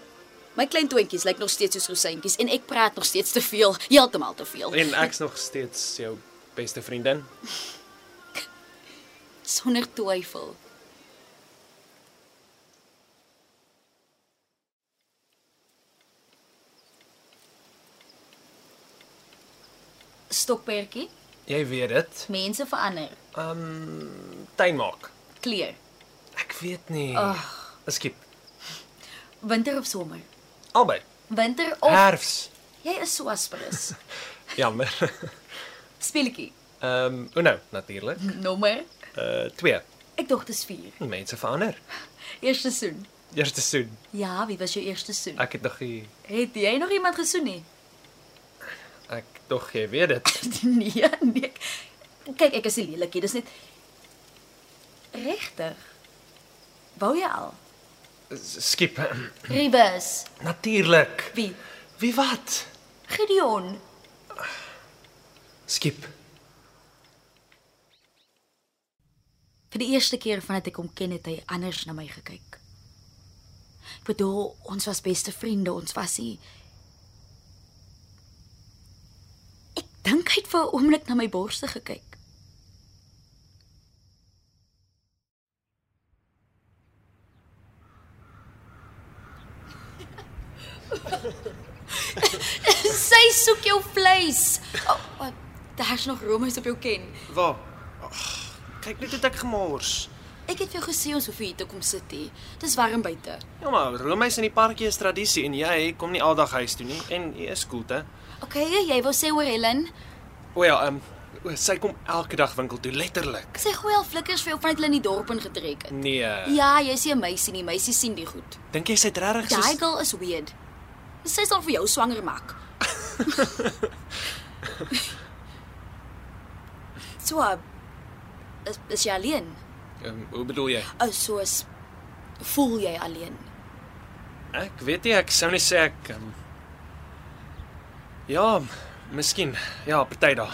Speaker 3: My klein toontjies lyk nog steeds soos rosyntjies en ek praat nog steeds te veel, heeltemal te veel.
Speaker 5: En ek's nog steeds jou beste vriendin.
Speaker 3: Sonder twyfel. Stokperdjie,
Speaker 5: Jy weet dit. Ehm,
Speaker 3: mense verander,
Speaker 5: Tuin maak.
Speaker 3: kleur,
Speaker 5: Ek weet nie. Ag, skiep.
Speaker 3: winter of somer.
Speaker 5: Albei.
Speaker 3: Winter of
Speaker 5: Herfs.
Speaker 3: jy is so asperus.
Speaker 5: Jammer. (laughs)
Speaker 3: Speletjie,
Speaker 5: Ehm, um, nou natuurlik.
Speaker 3: nommer.
Speaker 5: Uh 2.
Speaker 3: Ek dog dis 4.
Speaker 5: Mense verander.
Speaker 3: Eerste soen.
Speaker 5: Eerste soen.
Speaker 3: Ja, wie was jou eerste soen?
Speaker 5: Ek het nog nie
Speaker 3: Het jy nog iemand gesoen nie?
Speaker 5: ek tog jy weet dit.
Speaker 3: (laughs) nee, nee. Kyk, ek is nie lelik hier, dis net regtig. Wou jy al?
Speaker 5: S- Skiep.
Speaker 3: Rivers,
Speaker 5: Natuurlik.
Speaker 3: wie?
Speaker 5: Wie wat?
Speaker 3: Gideon.
Speaker 5: Skiep.
Speaker 3: Vir die eerste keer vandat ek hom ken het hy anders na my gekyk. Ek bedoel, ons was beste vriende, ons was hy. Ek dink hy het vir 'n oomblik na my borste (laughs) gekyk.
Speaker 10: Sy soek jou vleis.
Speaker 3: Oh, oh, daar's nog roomys op jou ken.
Speaker 5: Waar? Ag, Kyk net hoe ek gemors.
Speaker 3: Ek het vir jou gesê ons hoef hier te kom sit hier. Dis warm buite.
Speaker 5: Ja maar, roomys in die parkie is tradisie en jy kom nie aldag huis toe nie en jy is koelte.
Speaker 3: Okay, jy wou sê oor Helen.
Speaker 5: O ja, ehm um, sy kom elke dag winkel toe letterlik.
Speaker 3: Sy gooi al flikkers vir jou vanuit hulle in die dorp ingetrek het.
Speaker 5: Nee.
Speaker 3: Ja, jy sien 'n meisie nie, meisies sien die goed.
Speaker 5: Dink jy sy't regtig
Speaker 3: Daai
Speaker 5: soos
Speaker 3: girl is weird. Sy sal vir jou swanger maak.
Speaker 5: (laughs)
Speaker 3: so uh, is, is jy alleen?
Speaker 5: um, hoe bedoel jy?
Speaker 3: Ou soos voel jy alleen?
Speaker 5: Ek weet nie, ek sou net sê ek um, Ja, miskien. Ja, party dae.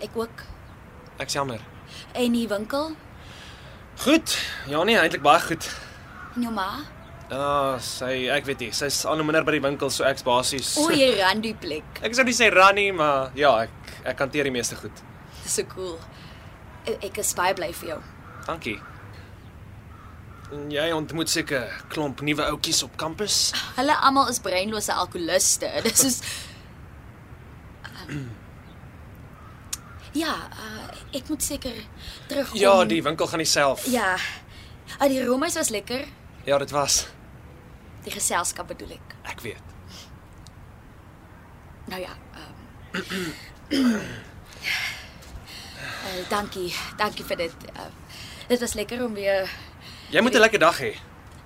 Speaker 3: Ek ook.
Speaker 5: Ek's jammer.
Speaker 3: En die winkel
Speaker 5: Goed. Ja nee, eintlik baie goed.
Speaker 3: en jou ma.
Speaker 5: Ah, sy ek weet nie, sy's al hoe minder by die winkel so ek's basies.
Speaker 3: O, jy ran die plek.
Speaker 5: (laughs) Ek sou nie sê ran nie, maar ja, ek ek hanteer die meeste goed.
Speaker 3: Dis so cool. E- Ek is baie bly vir jou.
Speaker 5: Dankie. En jy ontmoet seker klomp nuwe ouetjies op kampus.
Speaker 3: Hulle almal is breinlose alkoholiste. (laughs) Dis soos (clears throat) Ja, uh, ek moet seker terugkom.
Speaker 5: Ja, die winkel gaan dieself.
Speaker 3: Ja. Ah, die roomys was lekker.
Speaker 5: Ja, dit was.
Speaker 3: Die geselskap bedoel ek.
Speaker 5: Ek weet.
Speaker 3: Nou ja. Um, (clears throat) uh, dankie. Dankie vir dit. Uh, dit was lekker om weer
Speaker 5: Jy moet 'n lekker dag hê.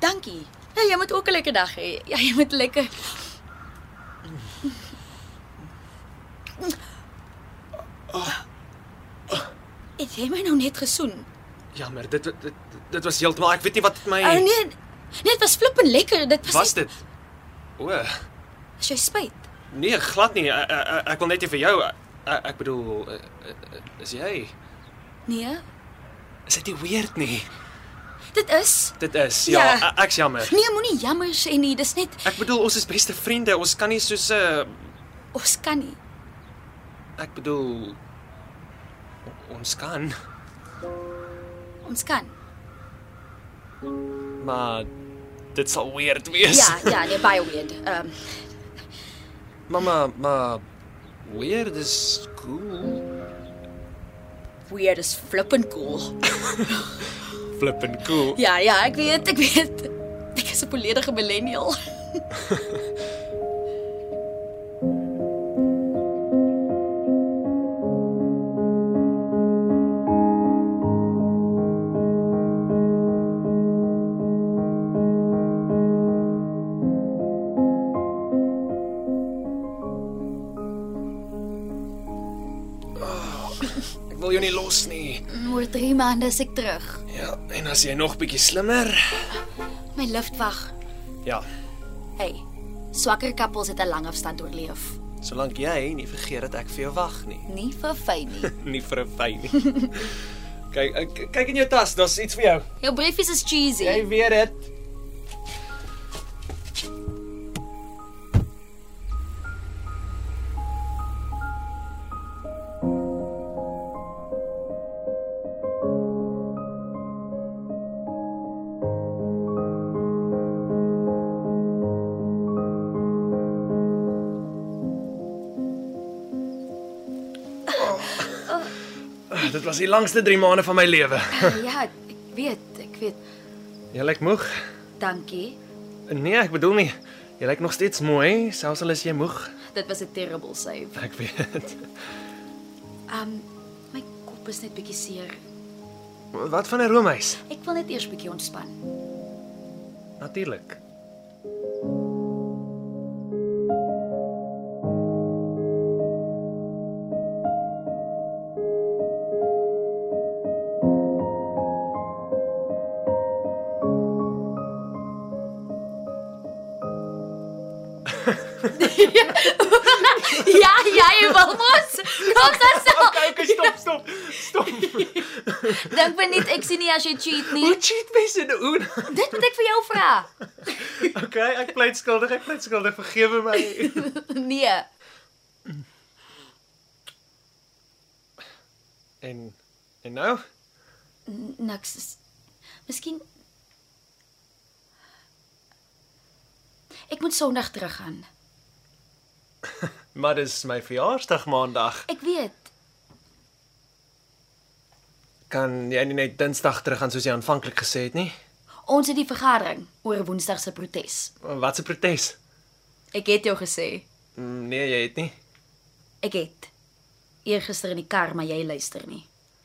Speaker 3: Dankie. Ja, jy moet ook 'n lekker dag hê. Ja, jy moet lekker. Het jy my nou net gesoen?
Speaker 5: Jammer, dit dit, dit, dit was heeltemal ek weet nie wat my
Speaker 3: Oh nee. Nee, dit was flippend lekker. Dit was
Speaker 5: was
Speaker 3: net-
Speaker 5: dit. O,
Speaker 3: Is jy spyt?
Speaker 5: nee, glad nie. Ek, ek, ek wil net nie vir jou ek, ek bedoel eh, eh, is jy
Speaker 3: Nee.
Speaker 5: is dit nie weird nie.
Speaker 3: Dit is.
Speaker 5: Dit is. Ja,
Speaker 3: Ja.
Speaker 5: e- ek's jammer.
Speaker 3: Nee, moenie jammer sê nie. Dis net
Speaker 5: Ek bedoel ons is beste eh, vriende. Ons kan nie soos 'n
Speaker 3: ons kan nie.
Speaker 5: ek bedoel
Speaker 6: Ons kan,
Speaker 3: Ons kan.
Speaker 6: maar dit sal weird wees.
Speaker 5: (laughs)
Speaker 3: Ja, ja, nee, baie weird. Ehm
Speaker 6: Mamma, maar weird is cool.
Speaker 3: weird is flippin' cool.
Speaker 6: Flippin' cool.
Speaker 3: Ja, ja, ek weet, ek weet. Ek is 'n volledige millennial.
Speaker 6: Ek wil jou nie los nie.
Speaker 3: Oor 3 maande is ek terug.
Speaker 6: Ja, en as jy nog bietjie slimmer.
Speaker 3: My lift wag.
Speaker 6: Ja,
Speaker 3: Hey, swakker kappels het 'n lang afstand oorleef.
Speaker 6: solank jy nie vergeet dat ek vir jou wag nie.
Speaker 3: Nie vir fyn nie.
Speaker 6: (laughs) Nie vir 'n fyn nie. (laughs) kyk, ek- kyk in jou tas, daar's iets vir jou.
Speaker 3: Jou briefies is cheesy.
Speaker 6: Jy weet dit. Ah, Dit was die langste 3 maande van my lewe.
Speaker 3: (laughs) Ja, ek weet, ek weet.
Speaker 6: Jy lyk moeg.
Speaker 3: Dankie.
Speaker 6: Nee, ek bedoel nie. Jy lyk nog steeds mooi, selfs al is jy moeg.
Speaker 3: Dit was 'n terrible save.
Speaker 6: Ek weet.
Speaker 3: Um my kop is net bietjie seer.
Speaker 6: Wat van 'n roomhuis?
Speaker 3: Ek wil net eers bietjie ontspan. (laughs)
Speaker 6: Natuurlik.
Speaker 3: ja, jy wil mos. Kom dan
Speaker 6: (laughs)
Speaker 3: so.
Speaker 5: Kyk, stop, stop. Stop.
Speaker 3: (laughs) Dink beniet ek sien nie as jy cheat nie.
Speaker 6: Hoe cheat mense in Oona?
Speaker 3: Dit moet ek vir jou vra.
Speaker 6: Okay, ek pleit skuldig, ek pleit skuldig. Vergewe my.
Speaker 3: Nee.
Speaker 6: En en nou?
Speaker 3: Niks. is- Miskien Ek moet Sondag teruggaan.
Speaker 6: Maar dis my verjaarsdag maandag.
Speaker 3: Ek weet.
Speaker 6: Kan jy nie net Dinsdag teruggaan soos jy aanvanklik gesê het nie?
Speaker 3: Ons het die vergadering oor Woensdag se protes.
Speaker 6: Wat 'n protes.
Speaker 3: Ek het jou gesê.
Speaker 6: Mm, Nee, jy het nie.
Speaker 3: Ek het eergister in die kar, maar jy luister nie.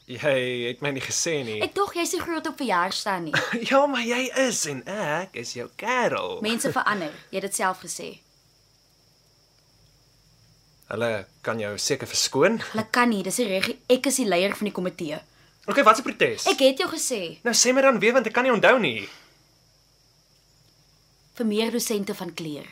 Speaker 6: Jy het my nie gesê nie.
Speaker 3: Ek dog jy's nie groot op verjaarsdae nie.
Speaker 6: (laughs) Ja, maar jy is en ek is jou kerel.
Speaker 3: Mense verander. Jy het dit self gesê.
Speaker 6: Hulle kan jou seker verskoon.
Speaker 3: Hulle kan nie, dis die reg. Ek is die leier van die komitee.
Speaker 6: Okay, wat 'n protes?
Speaker 3: Ek het jou gesê
Speaker 6: Nou sê my dan weer want ek kan nie onthou nie.
Speaker 3: vir meer dosente van kleer.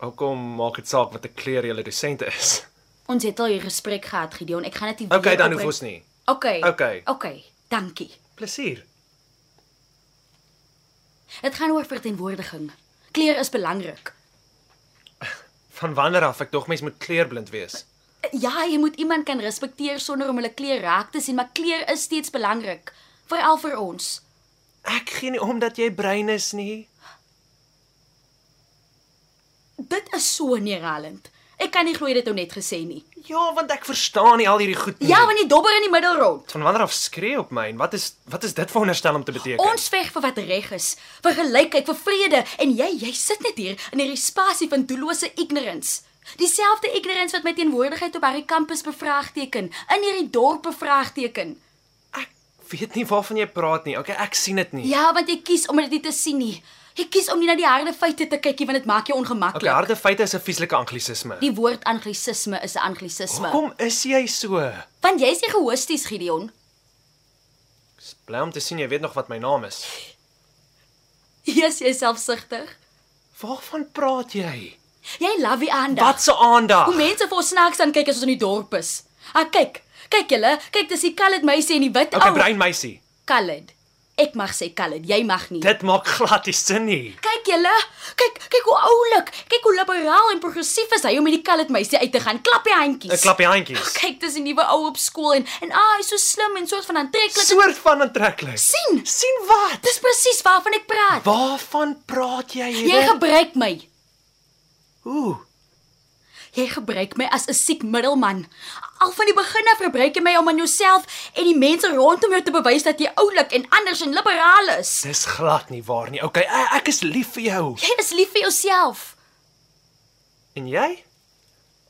Speaker 6: Hoekom maak dit saak wat 'n kleur julle dosent is?
Speaker 3: Ons het al hierdie gesprek gehad, Gideon. Ek gaan dit nie
Speaker 6: Okay,
Speaker 3: weer
Speaker 6: dan hoef
Speaker 3: opbring-
Speaker 6: ons nie.
Speaker 3: Okay.
Speaker 6: Okay.
Speaker 3: Okay. Dankie.
Speaker 6: Plesier.
Speaker 3: Dit gaan oor verteenwoordiging. Kleer is belangrik.
Speaker 6: Van wanneer af ek tog mens moet kleurblind wees?
Speaker 3: Ja, jy moet iemand kan respekteer sonder om hulle kleer raak te sien, maar kleer is steeds belangrik, veral vir ons.
Speaker 6: Ek gee nie om dat jy brein is nie.
Speaker 3: Dit is so neerhalend. Ek kan nie glo jy het dit nou net gesê nie.
Speaker 6: Ja, want ek verstaan nie al hierdie goed nie.
Speaker 3: Ja, want die dobber in die middel rond.
Speaker 6: van wanneer af skree op my en wat is wat is dit veronderstel om te beteken?
Speaker 3: Ons veg vir wat reg is, vir gelykheid, vir vrede en jy jy sit net hier in hierdie spasie van doellose ignorance. Dieselfde ignorance wat my teenwoordigheid op hierdie kampus bevraagteken, in hierdie dorp bevraagteken.
Speaker 6: Ek weet nie waarvan jy praat nie. Okay, ek sien dit nie.
Speaker 3: Ja, want jy kies om dit nie te sien nie. Jy kies om nie na die harde feite te kyk nie want dit maak jou ongemaklik.
Speaker 6: Okay, harde feite is 'n vieslike anglisisme.
Speaker 3: Die woord anglisisme is 'n anglisisme.
Speaker 6: Hoekom is jy so?
Speaker 3: Want jy's nie gehosties, Gideon. (laughs)
Speaker 6: Dis Bly om te sien jy weet nog wat my naam is.
Speaker 3: Jy's jy selfsugtig.
Speaker 6: Waarvan praat jy?
Speaker 3: Jy love die aandag.
Speaker 6: Wat se aandag?
Speaker 3: Ja. Hoe mense vir ons snaaks aan kyk as ons in die dorp is. Ah kyk, kyk julle, kyk dis die Khalid meisie en die wit
Speaker 6: Okay, brein meisie.
Speaker 3: Khalid. Ek mag sê Khalid, jy mag nie.
Speaker 6: Dit maak glad nie sin nie.
Speaker 3: Kyk Kyk julle, kyk kyk hoe oulik, kyk hoe liberaal en progressief is hy om hierdie kallet meisie uit te gaan. Klap die handjies.
Speaker 6: Ek Eh, klap die handjies.
Speaker 3: Kyk, dis 'n nuwe ou op skool en en ah, hy's so slim en soort van aantreklik.
Speaker 6: Soort van aantreklik.
Speaker 3: sien?
Speaker 6: Sien wat?
Speaker 3: Dis presies waarvan ek praat.
Speaker 6: Waarvan praat
Speaker 3: Jy
Speaker 6: jy hier?
Speaker 3: gebruik my.
Speaker 6: Ooh.
Speaker 3: Jy gebruik my as 'n siek middelman. Al van die begin af gebruik jy my om aan jouself en die mense rondom jou te bewys dat jy oulik en anders en liberaal is.
Speaker 6: Dis glad nie waar nie. Okay, e- ek is lief vir jou.
Speaker 3: Jy is lief vir jouself.
Speaker 6: En jy?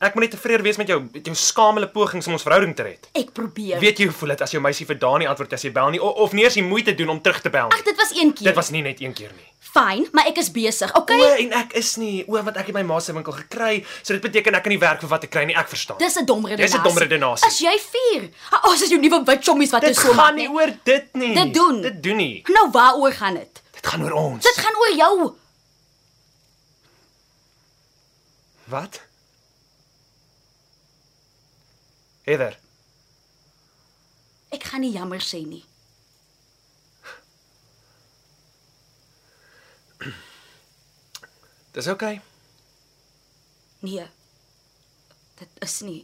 Speaker 6: Ek moet net tevrede wees met jou met jou skamele pogings om ons verhouding te red.
Speaker 3: Ek probeer.
Speaker 6: Weet jy hoe voel dit as jou meisie vir Dani antwoord as jy bel nie of, of nie eens die moeite doen om terug te bel
Speaker 3: Ag,
Speaker 6: nie?
Speaker 3: dit was een keer.
Speaker 6: Dit was nie net een keer nie.
Speaker 3: fyn, maar ek is besig.
Speaker 6: O,
Speaker 3: Okay.
Speaker 6: en ek is nie. O, want ek het my ma se winkel gekry, so dit beteken ek kan nie werk vir wat ek kry nie. Ek verstaan.
Speaker 3: Dis 'n dom redenasie.
Speaker 6: Dis 'n dom redenasie.
Speaker 3: As jy vier. Ah, Ons is jou nuwe wit chommies wat jy
Speaker 6: dit
Speaker 3: so
Speaker 6: gaan
Speaker 3: maak,
Speaker 6: nie
Speaker 3: nee.
Speaker 6: oor dit nie.
Speaker 3: Dit doen.
Speaker 6: Dit doen nie.
Speaker 3: Nou waaroor gaan dit?
Speaker 6: Dit gaan oor ons.
Speaker 3: Dit gaan oor jou.
Speaker 6: Wat? Heather,
Speaker 3: Ek gaan nie jammer sê nie.
Speaker 6: dis okay.
Speaker 3: Nee. Dit is nie.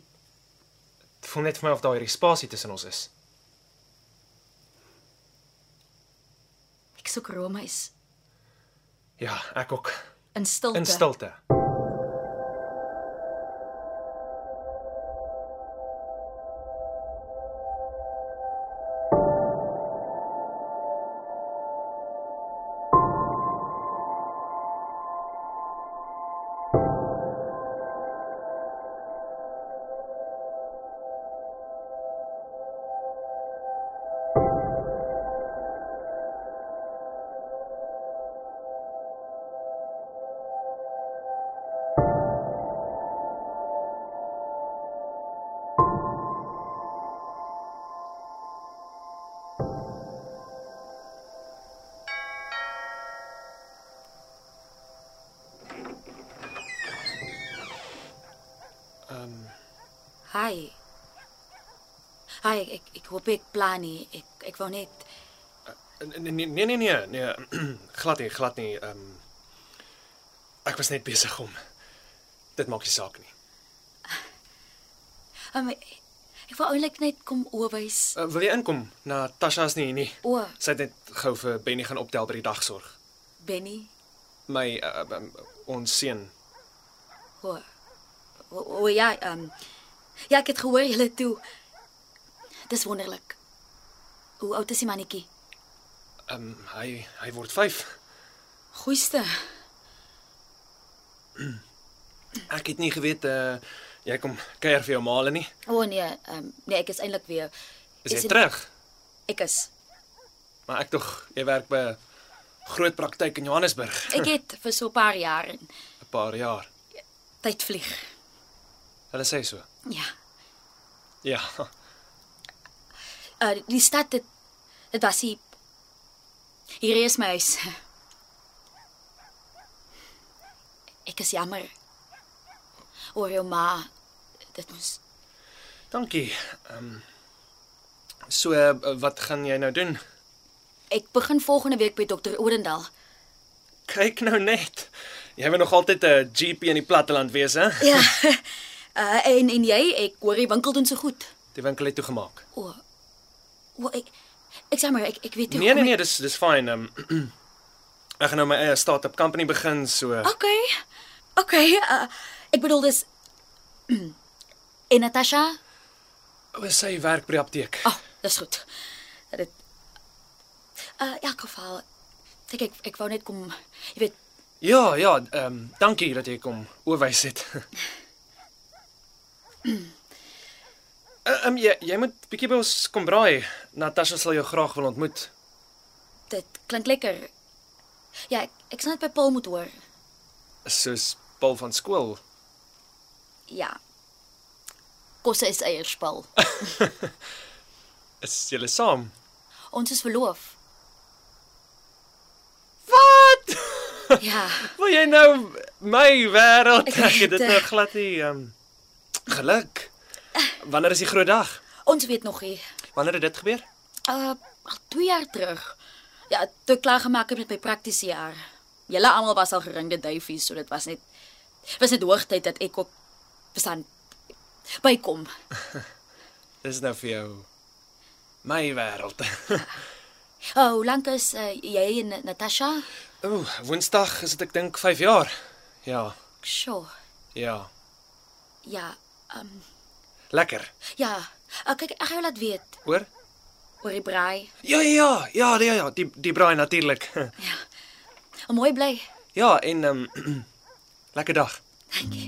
Speaker 6: Dit voel net vir my of daar hierdie spasie tussen ons is.
Speaker 3: Ek soek roomys
Speaker 6: Ja, ek ook.
Speaker 3: in stilte.
Speaker 6: In stilte.
Speaker 8: Hi. Hi, ek ek hoop ek plan nie. Ek ek wou net
Speaker 6: Nee nee nee nee, nee (clears throat) glad nie, glad nie. Ehm um, ek was net besig om dit maak nie saak nie.
Speaker 8: um, ek, ek wou eintlik net kom oorwys.
Speaker 6: Uh, wil jy inkom na Tasha's nie nie.
Speaker 8: O,
Speaker 6: Sy het net gou vir Benny gaan optel by die dagsorg.
Speaker 8: Benny.
Speaker 6: My uh, um, ons seun.
Speaker 8: O. O, o ja, ehm um, ja, ek het gehoor julle toe. Dis wonderlik. Hoe oud is die mannetjie?
Speaker 6: Ehm um, hy hy word 5.
Speaker 8: Goeieste.
Speaker 6: Ek het nie geweet uh, jy kom kuier vir jou maal nie.
Speaker 8: O oh, nee, ehm um, nee, ek is eintlik weer
Speaker 6: Is
Speaker 8: Is
Speaker 6: jy
Speaker 8: dit-
Speaker 6: terug?
Speaker 8: ek
Speaker 6: (laughs)
Speaker 8: is.
Speaker 6: Maar ek tog jy werk by 'n groot praktyk in Johannesburg
Speaker 8: Ek het vir so 'n paar jaar en
Speaker 6: 'n paar jaar.
Speaker 8: tyd vlieg.
Speaker 6: Hulle sê so.
Speaker 8: Ja.
Speaker 6: Ja. (laughs)
Speaker 8: Uh, die stad dit dit was hier Hier is my huis. Ek is jammer. Oor jou ma. Dit moes
Speaker 6: Dankie. Ehm um, so uh, wat gaan jy nou doen? (laughs)
Speaker 8: Ek begin volgende week by dokter Odendal.
Speaker 6: Kyk nou net. Jy wil nog altyd 'n GP in die platteland wees, hè?
Speaker 8: (laughs) Ja. Uh, en en jy, ek hoor die winkel doen so goed.
Speaker 6: Die winkel het toegemaak.
Speaker 3: Ja,
Speaker 8: O. O ek ek sê maar ek ek weet
Speaker 6: Nee nee nee, dis dis fyn. Um, (clears throat) ek gaan nou my eie startup company begin, so
Speaker 3: Ah.
Speaker 8: Okay. Okay. Uh, ek bedoel dis (clears throat) En Natasha?
Speaker 6: oh. sy werk by die apteek.
Speaker 8: Oh, dis goed. Dat Dit Uh in elk geval ek ek ek wou net kom, jy weet,
Speaker 6: Ja, ja, ehm um, dankie dat jy kom oorwys het. (clears throat) Ehm um, jy jy moet bietjie by ons kom braai. Natasha sal jou graag wil ontmoet.
Speaker 8: dit klink lekker. Ja, ek ek sal net by Paul moet hoor.
Speaker 6: Soos Paul van skool.
Speaker 8: Ja. Kosse is eierspil.
Speaker 6: Is julle saam?
Speaker 8: Ons is verloof.
Speaker 6: Wat?
Speaker 8: Ja.
Speaker 6: (laughs) Wil jy nou my wêreld?
Speaker 8: Ek
Speaker 6: Ek het dit
Speaker 8: weet,
Speaker 6: nou
Speaker 8: eh,
Speaker 6: glad nie ehm geluk. Wanneer is die groot dag?
Speaker 8: Ons weet nog nie.
Speaker 6: Wanneer het dit gebeur?
Speaker 8: Uh al 2 jaar terug. Ja, toe ek klaar gemaak het met my praktiese jaar.
Speaker 3: Julle almal was al geringde duifies, so dit was net was net hoogtyd dat ek op bestaan bykom.
Speaker 6: Dis nou vir jou my wêreld. (laughs)
Speaker 3: Oh, hoe lank is uh, jy en Natasha?
Speaker 6: Ooh, Woensdag is dit ek dink 5 jaar. Ja,
Speaker 3: Sjoe.
Speaker 6: ja.
Speaker 3: Ja, ehm um,
Speaker 6: Lekker.
Speaker 3: ja. Uh, kyk, ek gaan jou laat weet
Speaker 6: Hoor?
Speaker 3: oor die braai.
Speaker 6: Ja, ja, ja, ja, ja, die die braai natuurlik. (laughs)
Speaker 3: Uh, mooi bly.
Speaker 6: Ja, en ehm (clears throat) um, lekker dag.
Speaker 3: Dankie.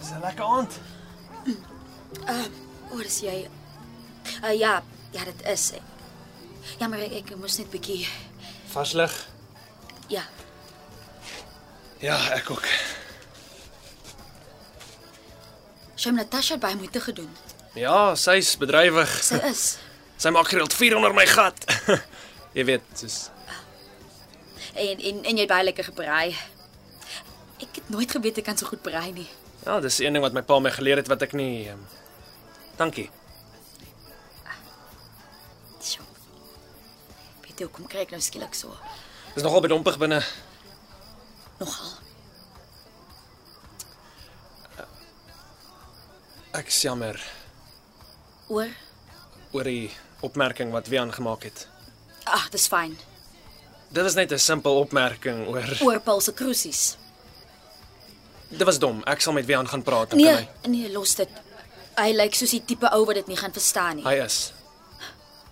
Speaker 6: Dis 'n lekker aand.
Speaker 3: Oor is jy? Uh, ja, ja, dit is ek. Jammer, ek, ek moes net bietjie
Speaker 6: Vaslig.
Speaker 3: ja.
Speaker 6: Ja, ek ook.
Speaker 3: Sy het Natasha baie moeite gedoen.
Speaker 6: Ja, sy's bedrywig.
Speaker 3: Sy is.
Speaker 6: Sy maak gereeld vuur onder my gat. (laughs) Jy weet, soos
Speaker 3: En en en jy het baie lekker gebraai. Ek het nooit geweet ek kan so goed braai nie.
Speaker 6: ja, dis een ding wat my pa my geleer het wat ek nie um, Dankie.
Speaker 3: Sjoe. Weet jy hoekom kry ek nou skielik so?
Speaker 6: Dis nogal bedompig binne.
Speaker 3: Nogal.
Speaker 6: Ek is jammer
Speaker 3: Oor.
Speaker 6: oor die opmerking wat Wian gemaak het.
Speaker 3: Ag, dis fyn.
Speaker 6: Dit was net 'n simpel opmerking oor
Speaker 3: Oor Paul se kruisies.
Speaker 6: Dit was dom. Ek sal met Wian gaan praat, dan
Speaker 3: Nee,
Speaker 6: kan hy.
Speaker 3: nee, los dit. Hy lyk soos die tipe ou wat dit nie gaan verstaan nie.
Speaker 6: Hy is.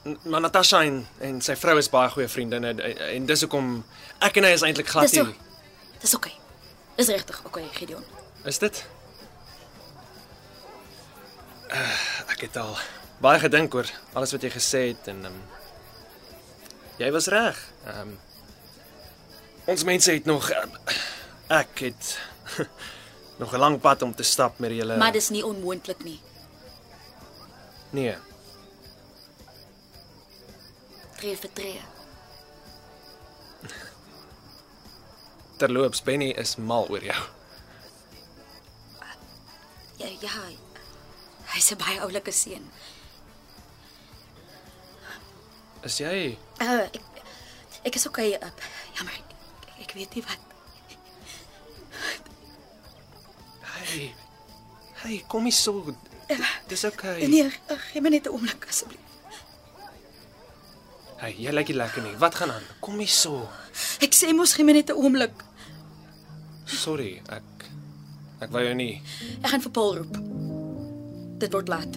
Speaker 6: N- Maar Natasha en, en sy vrou is baie goeie vriendinne en, en dis hoekom ek en hy is eintlik glad
Speaker 3: Dis
Speaker 6: nie.
Speaker 3: so. Dis oké. Okay. Dis regtig oké, okay, Gideon.
Speaker 6: Is dit? Uh, ek het al baie gedink oor alles wat jy gesê het en um, jy was reg. Ehm um, ons mense het nog um, ek het (laughs) nog 'n lang pad om te stap met julle.
Speaker 3: Maar dis nie onmoontlik nie.
Speaker 6: Nee,
Speaker 3: Tree vir tree.
Speaker 6: terloops Benny is mal oor jou.
Speaker 3: Ja, ja. hy- Hy's 'n baie oulike seun.
Speaker 6: Is jy
Speaker 3: Uh, ek ek is oké. Okay, uh, jammer. Ek, ek weet nie wat.
Speaker 6: Hey. Hey, kom hier so. Dis okay.
Speaker 3: Nee, uh, gee my net 'n oomblik asseblief.
Speaker 6: Hey, jy lyk nie lekker nie. Wat gaan aan? Kom hier so.
Speaker 3: Ek sê mos gee my net 'n oomblik.
Speaker 6: Sorry, ek ek wou jou nie.
Speaker 3: Ek gaan vir Paul roep. Dit word laat.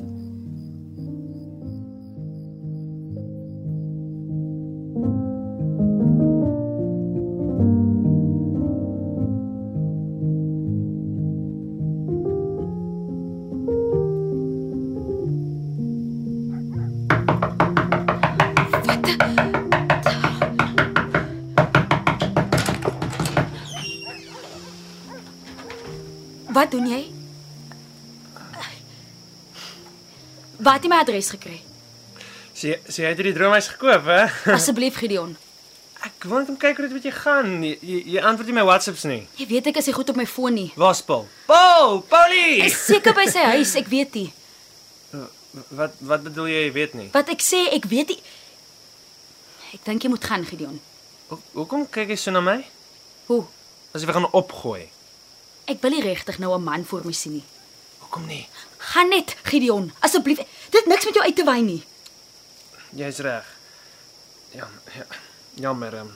Speaker 3: Wat doen jy? Waar het jy my adres (laughs) gekry?
Speaker 6: Sê sê jy het hierdie droomhuis gekoop, hè?
Speaker 3: Asseblief Gideon.
Speaker 6: Ek wil net om kyk hoe dit met jou gaan. Jy, jy, jy antwoord nie my WhatsApps nie.
Speaker 3: Jy weet ek is nie goed op my foon nie.
Speaker 6: Waar's Paul? Paul,
Speaker 3: Ek
Speaker 6: Paulie.
Speaker 3: is seker by sy huis, ek weet nie.
Speaker 6: Wat wat bedoel jy, jy weet nie.
Speaker 3: Wat ek sê, ek weet nie. Ek dink jy moet gaan Gideon.
Speaker 6: Ho hoekom kyk jy so na my?
Speaker 3: Hoe?
Speaker 6: As jy gaan opgooi.
Speaker 3: Ek wil nie regtig nou 'n man voor my sien nie.
Speaker 6: Hoekom nie?
Speaker 3: Gaan net Gideon, asseblief. Dit niks met jou uit te wy nie.
Speaker 6: Jy's reg. Ja, ja. Jammer. Um.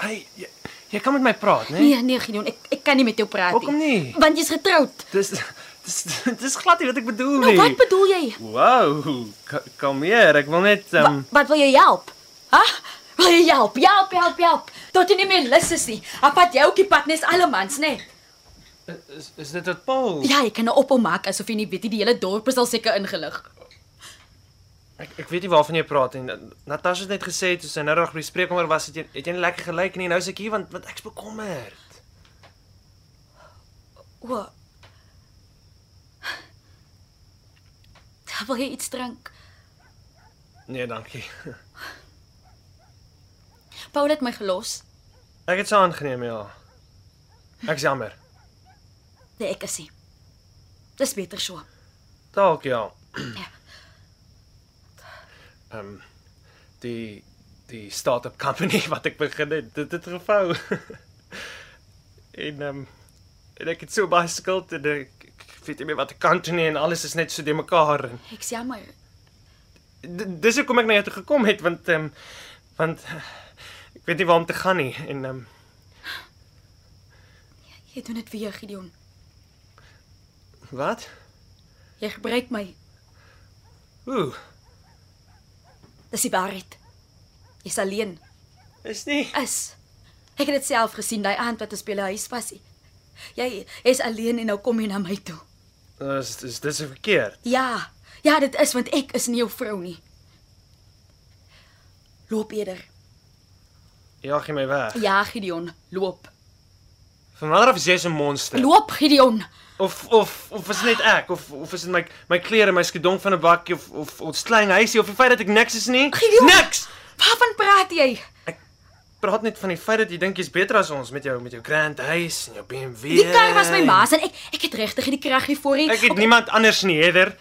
Speaker 6: Hey, jy, jy kan met my praat, né?
Speaker 3: Nee, nee Gideon, ek ek kan nie met jou praat nie.
Speaker 6: Hoekom nie?
Speaker 3: Want jy's getroud.
Speaker 6: Dis dis dis glad nie wat ek bedoel
Speaker 3: Nou
Speaker 6: nie.
Speaker 3: wat bedoel jy?
Speaker 6: Wow, ka- kom hier, ek wil net um,
Speaker 3: Wa- Wat wil jy help? Ha? Wil jy help? Ja, help, help, help. Tot jy nie meer lus is nie. Apat jy ook die padnes alle mans, né? Nee.
Speaker 6: is, is dit wat Paul?
Speaker 3: Ja, jy kan nou ophou maak asof jy nie weet nie, die hele dorp is al seker ingelig.
Speaker 6: Ek ek weet nie waarvan jy praat en uh, Natasha het net gesê toe sy nou reg by die spreekkamer was het jy het jy nie lekker gelyk nie. Nou is ek hier want want ek's bekommerd.
Speaker 3: O. Wil jy iets drink?
Speaker 6: Nee, dankie.
Speaker 3: Paul het my gelos.
Speaker 6: Ek het dit aangeneem, ja. Ek's jammer.
Speaker 3: Nee, ek is nie. Dis beter so.
Speaker 6: Dalk ja.
Speaker 3: Ja.
Speaker 6: Ehm die die startup company (laughs) wat ek begin het, dit het gevou. (laughs) en ehm en ek het so baie skuld en ek, ek weet nie meer wat ek kan doen nie en alles is net so de mekaar en
Speaker 3: Ek's jammer.
Speaker 6: D- dis hoekom ek na jou toe gekom het want ehm want eh, ek weet nie waar om te gaan nie en ehm
Speaker 3: Jy doen dit weer, Gideon.
Speaker 6: wat?
Speaker 3: Jy gebruik my.
Speaker 6: Ooh,
Speaker 3: Dis die waarheid. Jy's alleen.
Speaker 6: is nie.
Speaker 3: Is. Ek het dit self gesien daai aand wat ons by die huis was. Jy is alleen en nou kom jy na my toe.
Speaker 6: Dis dis dis verkeerd.
Speaker 3: Ja. Ja, dit is want ek is nie jou vrou nie. Loop eerder.
Speaker 6: Jaag jy my weg.
Speaker 3: Ja, Gideon, loop.
Speaker 6: Van wanneer af is jy so 'n monster?
Speaker 3: Loop, Gideon.
Speaker 6: Of of of is dit net ek of of is dit my my klere, my skedong van 'n bakkie of of ons klein huisie of die feit dat ek niks is nie?
Speaker 3: Gideon!
Speaker 6: Niks.
Speaker 3: Waarvan praat jy?
Speaker 6: Praat net van die feit dat jy dink jy's beter as ons met jou met jou grand huis en jou BMW.
Speaker 3: Die kar was my ma se en ek ek het regtig nie die krag nie voor nie.
Speaker 6: Ja. Ek het niemand anders nie, Heather.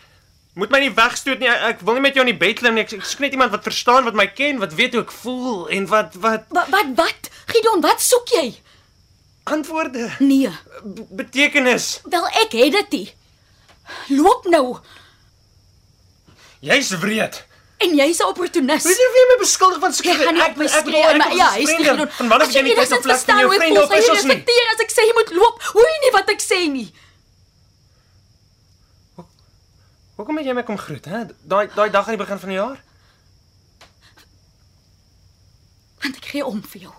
Speaker 6: Moet my nie wegstoot nie. Ek, ek wil nie met jou in die bed klim nie. Ek, ek soek net iemand wat verstaan wat my ken, wat weet hoe ek voel en wat wat
Speaker 3: Wat wat wat? Gideon, wat soek jy?
Speaker 6: antwoorde
Speaker 3: Nee,
Speaker 6: b- betekenis.
Speaker 3: wel ek het dit nie. Loop nou.
Speaker 6: Jy's wreed.
Speaker 3: En jy's 'n opportunis.
Speaker 6: Weet jy wie my beskuldig van
Speaker 3: Jy
Speaker 6: skrik?
Speaker 3: gaan nie op my skree en ja, my eie huis nie Gideon.
Speaker 6: Van wanneer
Speaker 3: As
Speaker 6: het jy nie tyd
Speaker 3: enigszins
Speaker 6: om plek van
Speaker 3: verstaan
Speaker 6: jou
Speaker 3: hoe ek
Speaker 6: vriende
Speaker 3: voel,
Speaker 6: op
Speaker 3: gaan
Speaker 6: is
Speaker 3: jy
Speaker 6: ons nie?
Speaker 3: Respekteer as ek sê jy moet loop. Hoor jy nie wat ek sê nie?
Speaker 6: Hoekom het jy my kom groet, hè? Daai daai dag aan die begin van die jaar?
Speaker 3: Want ek gee om vir jou.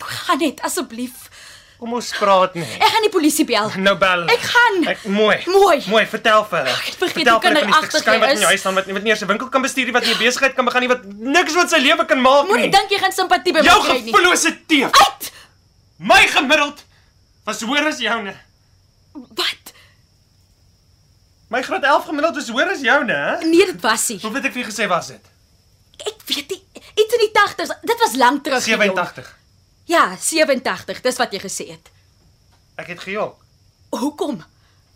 Speaker 3: Toe gaan net asseblief.
Speaker 6: Kom ons praat net.
Speaker 3: Ek gaan die polisie bel.
Speaker 6: Nou bel. hulle.
Speaker 3: Ek gaan.
Speaker 6: Ek mooi.
Speaker 3: Mooi.
Speaker 6: Mooi, vertel vir hulle.
Speaker 3: het vergeet
Speaker 6: Vertel
Speaker 3: hoe
Speaker 6: vir hulle van die
Speaker 3: kinderagtig
Speaker 6: stuk skuim
Speaker 3: jy
Speaker 6: wat in jou
Speaker 3: is.
Speaker 6: huis staan wat wat nie eers 'n winkel kan bestuur nie, wat nie 'n besigheid kan begin nie, wat niks wat sy lewe kan maak nie.
Speaker 3: Moenie dink jy gaan simpatie by my
Speaker 6: jou
Speaker 3: kry nie.
Speaker 6: gevoellose teef.
Speaker 3: Uit!
Speaker 6: My gemiddeld was hoër as joune.
Speaker 3: Wat?
Speaker 6: My graad 11 gemiddeld was hoër as joune, hè?
Speaker 3: Nee, dit was nie.
Speaker 6: Hoe weet ek vir jou gesê was dit?
Speaker 3: Ek weet nie. Iets in die 80s. Dit was lank terug. Gideon.
Speaker 6: 87.
Speaker 3: Ja, 87. Dis wat jy gesê het.
Speaker 6: Ek het gejok.
Speaker 3: Hoekom?
Speaker 6: want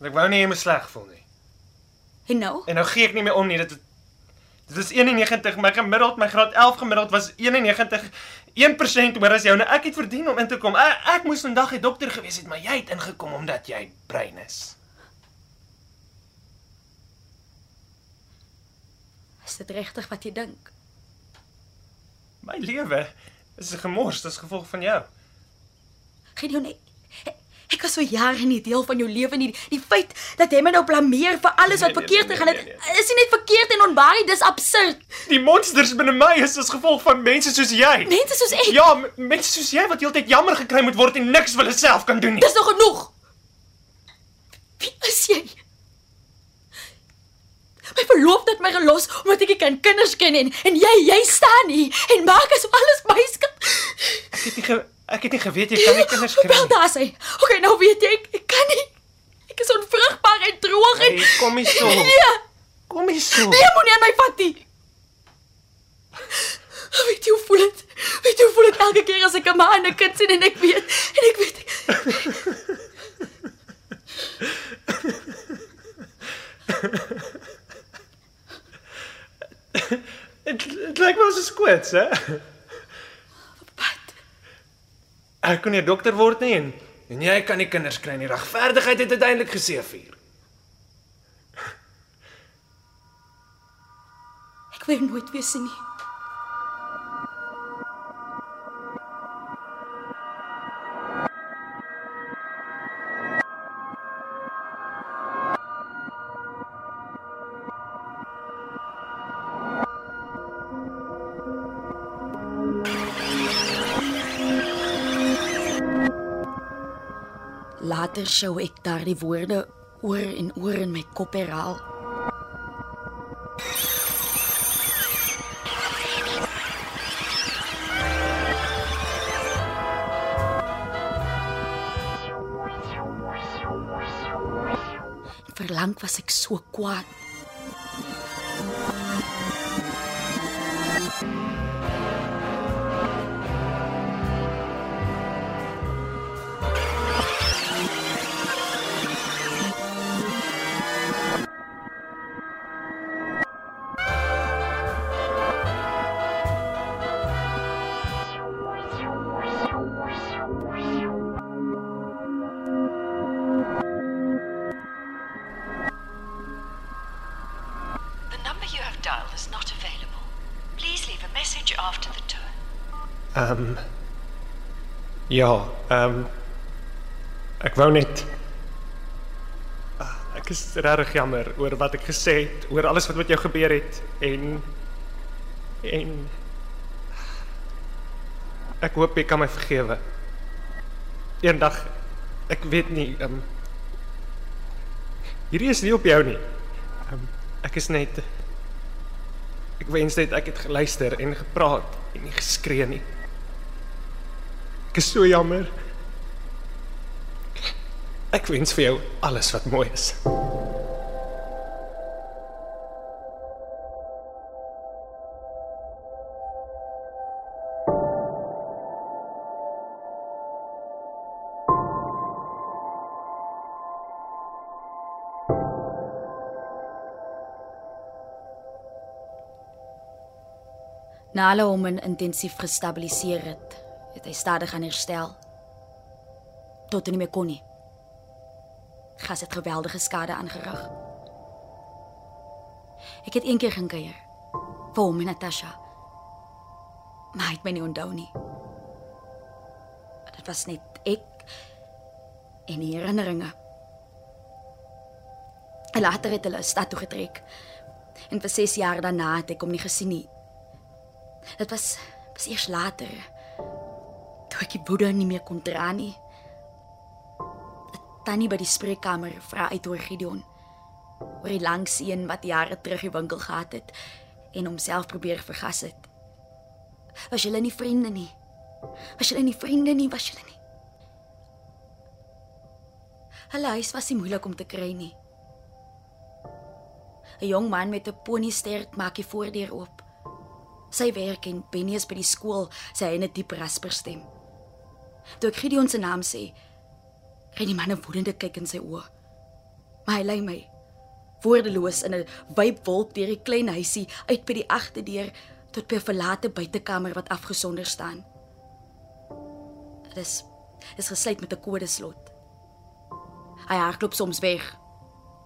Speaker 6: Ek wou nie jy moet sleg voel nie.
Speaker 3: En nou?
Speaker 6: En nou gee ek nie meer om nie. Dit dit is 91. My gemiddeld, my graad 11 gemiddeld was 91. 1% hoër as jou. Nou ek het verdien om in te kom. Ek, ek moes vandag 'n dokter gewees het, maar jy het ingekom omdat jy brein is.
Speaker 3: Is dit regtig wat jy dink?
Speaker 6: My lewe is gemors as gevolg van jou.
Speaker 3: Gideon, ek, ek- ek was so jare nie deel van jou lewe nie. Die, die feit dat jy my nou blameer vir alles wat
Speaker 6: Nee, nee,
Speaker 3: verkeerd
Speaker 6: nee,
Speaker 3: gegaan
Speaker 6: nee,
Speaker 3: het, is nie net verkeerd en onbaar nie, dis absurd.
Speaker 6: Die monsters binne my is as gevolg van mense soos jy.
Speaker 3: Mense soos ek,
Speaker 6: Ja, m- mense soos jy wat heeltyd jammer gekry moet word en niks wil self kan doen nie.
Speaker 3: dis nog genoeg. Wie is jy? My verloofde het my gelos omdat ek nie kan kinders ken en en jy jy staan hier en maak asof alles my skuld.
Speaker 6: Ek het nie ge, ek het nie geweet jy kan nie kinders kry
Speaker 3: Wel
Speaker 6: nie.
Speaker 3: daar sê. Okay, nou weet jy ek, ek kan nie. Ek is onvrugbaar en droog en
Speaker 6: Hey, kom hier so.
Speaker 3: Nee.
Speaker 6: Kom hier so.
Speaker 3: Nee, moenie aan my vat nie. Weet jy hoe voel dit? Weet jy hoe voel dit elke keer as ek 'n ma en 'n kind sien en ek weet en ek weet
Speaker 6: Dit dit lyk my ons is kwets, hè?
Speaker 3: wat?
Speaker 6: Ek kon nie 'n dokter word nie en en jy kan nie kinders kry nie. Regverdigheid het uiteindelik geseëvier.
Speaker 3: Ek wil jou nooit weer sien nie. Later sou ek daardie woorde oor en oor in my kop herhaal. Verlang was ek so kwaad.
Speaker 4: after the tour?
Speaker 5: Ehm Ja, ehm ek wou net Ah, ek is regtig jammer oor wat ek gesê het, oor alles wat met jou gebeur het en en ek hoop jy kan my vergewe. Eendag ek weet nie, ehm hierdie is nie op jou nie. Ehm ek is net ek wens net ek het geluister en gepraat en nie geskree nie. Ek is so jammer. Ek wens vir jou alles wat mooi is.
Speaker 3: Na hulle hom in intensief gestabiliseer het, het hy stadig aan herstel. Tot hy nie meer kon nie. Gas het geweldige skade aangerig. Ek het een keer gaan kuier vir hom en Natasha. Maar hy het my nie onthou nie. Dit was net ek en die herinneringe. En Later het hulle 'n stad toe getrek. En vir 6 jaar daarna het ek hom nie gesien nie. Dit was was eers later. Toe ek die Boeddha nie meer kon dra nie. 'n Tannie by die spreekkamer vra uit oor Gideon. Oor die lang seun wat jare terug die winkel gehad het en homself probeer vergas het. Was julle nie vriende nie? Was julle nie vriende nie? Was julle nie? Hulle huis was nie moeilik om te kry nie. 'n Jong man met 'n ponystert maak die voordeur oop. Sy werk en Benny is by die skool, sy het 'n diep rasper stem. Toe ek Gideon se naam sê, kry die man 'n woedende kyk in sy oë. Maar hy lei my woordeloos in 'n wybwolk deur die klein huisie uit by die agterdeur tot by 'n verlate buitekamer wat afgesonder staan. Dit is is gesluit met 'n kodeslot. Hy hardloop soms weg,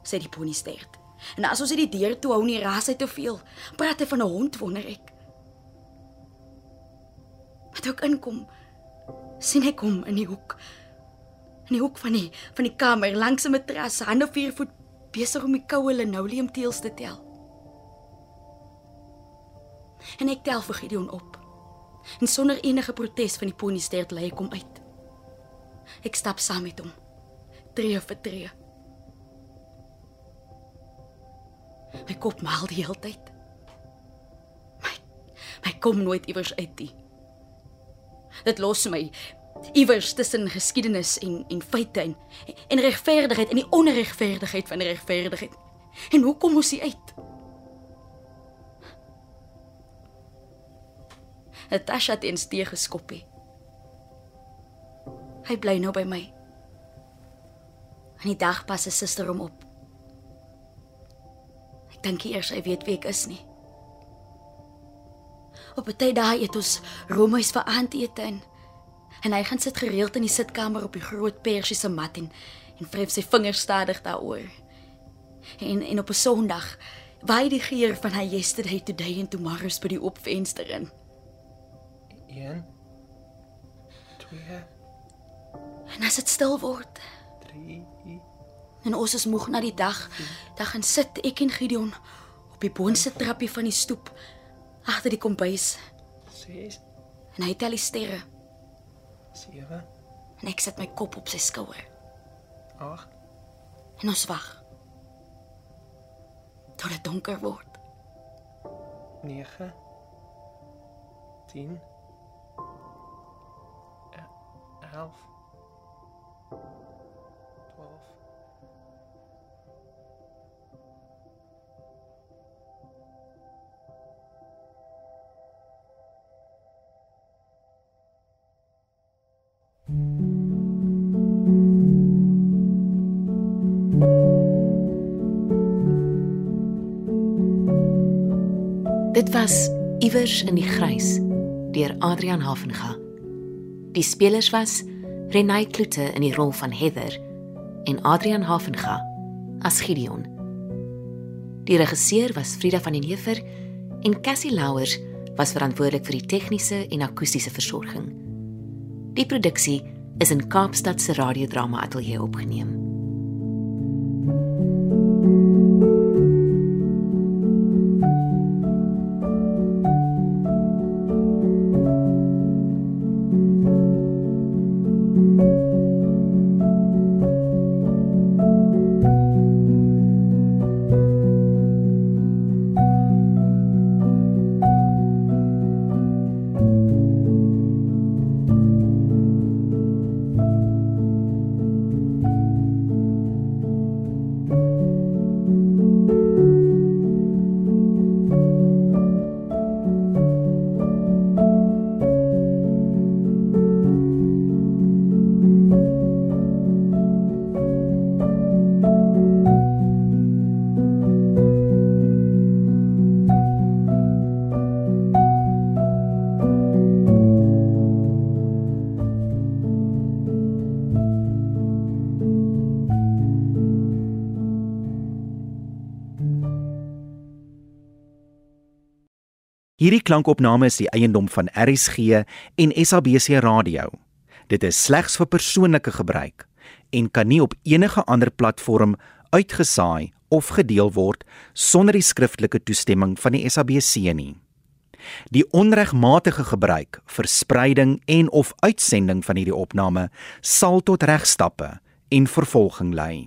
Speaker 3: sê die pony stert. En as ons uit die deur toe hou, nie ras hy te veel. Praat hy van 'n hond wonder ek. Maar toe ek inkom, sien ek hom in die hoek. In die hoek van die van die kamer langs 'n matras, hande vier voet besig om die koue linoleumteels te tel. En ek tel vir Gideon op. En sonder enige protes van die ponystert lê ek hom uit. Ek stap saam met hom, tree vir tree. My kop maal die hele tyd. My my kom nooit iewers uit nie. Dit los my iewers tussen geskiedenis en en feite en en regverdigheid en die onregverdigheid van regverdigheid. En hoe kom ons hier uit? Natasha het eens teë geskoppie. Hy bly nou by my. Aan die dag pas sy suster hom op. Ek dink nie eers hy weet wie ek is nie. Op 'n tyd daai eet ons roomys vir aandete in. En hy gaan sit gereeld in die sitkamer op die groot persiese mat en en vryf sy vingers stadig daaroor. En en op 'n Sondag waai die geur van hy yesterday today and tomorrow's by die oop venster in.
Speaker 5: Een, twee,
Speaker 3: En as dit stil word
Speaker 5: drie.
Speaker 3: en ons is moeg na die dag, dan gaan sit ek en Gideon op die boonste trappie van die stoep agter die kombuis
Speaker 5: 6,
Speaker 3: en hy tel die sterre
Speaker 5: 7,
Speaker 3: en ek sit my kop op sy skouer.
Speaker 5: 8.
Speaker 3: En ons wag. Tot dit donker word.
Speaker 5: 9 10 e, 11 12
Speaker 2: Dit was Iewers in die grys deur Adrian Havenga. Die spelers was Renay Kloete in die rol van Heather en Adrian Havenga as Gideon. Die regisseur was Frida van den Heever en Cassie Louwers was verantwoordelik vir die tegniese en akoestiese versorging. Die produksie is in Kaapstad se radiodrama ateljee opgeneem.
Speaker 1: Hierdie klankopname is die eiendom van RSG en SABC Radio. Dit is slegs vir persoonlike gebruik en kan nie op enige ander platform uitgesaai of gedeel word sonder die skriftelike toestemming van die SABC nie. Die onregmatige gebruik, verspreiding en of uitsending van hierdie opname sal tot regstappe en vervolging lei.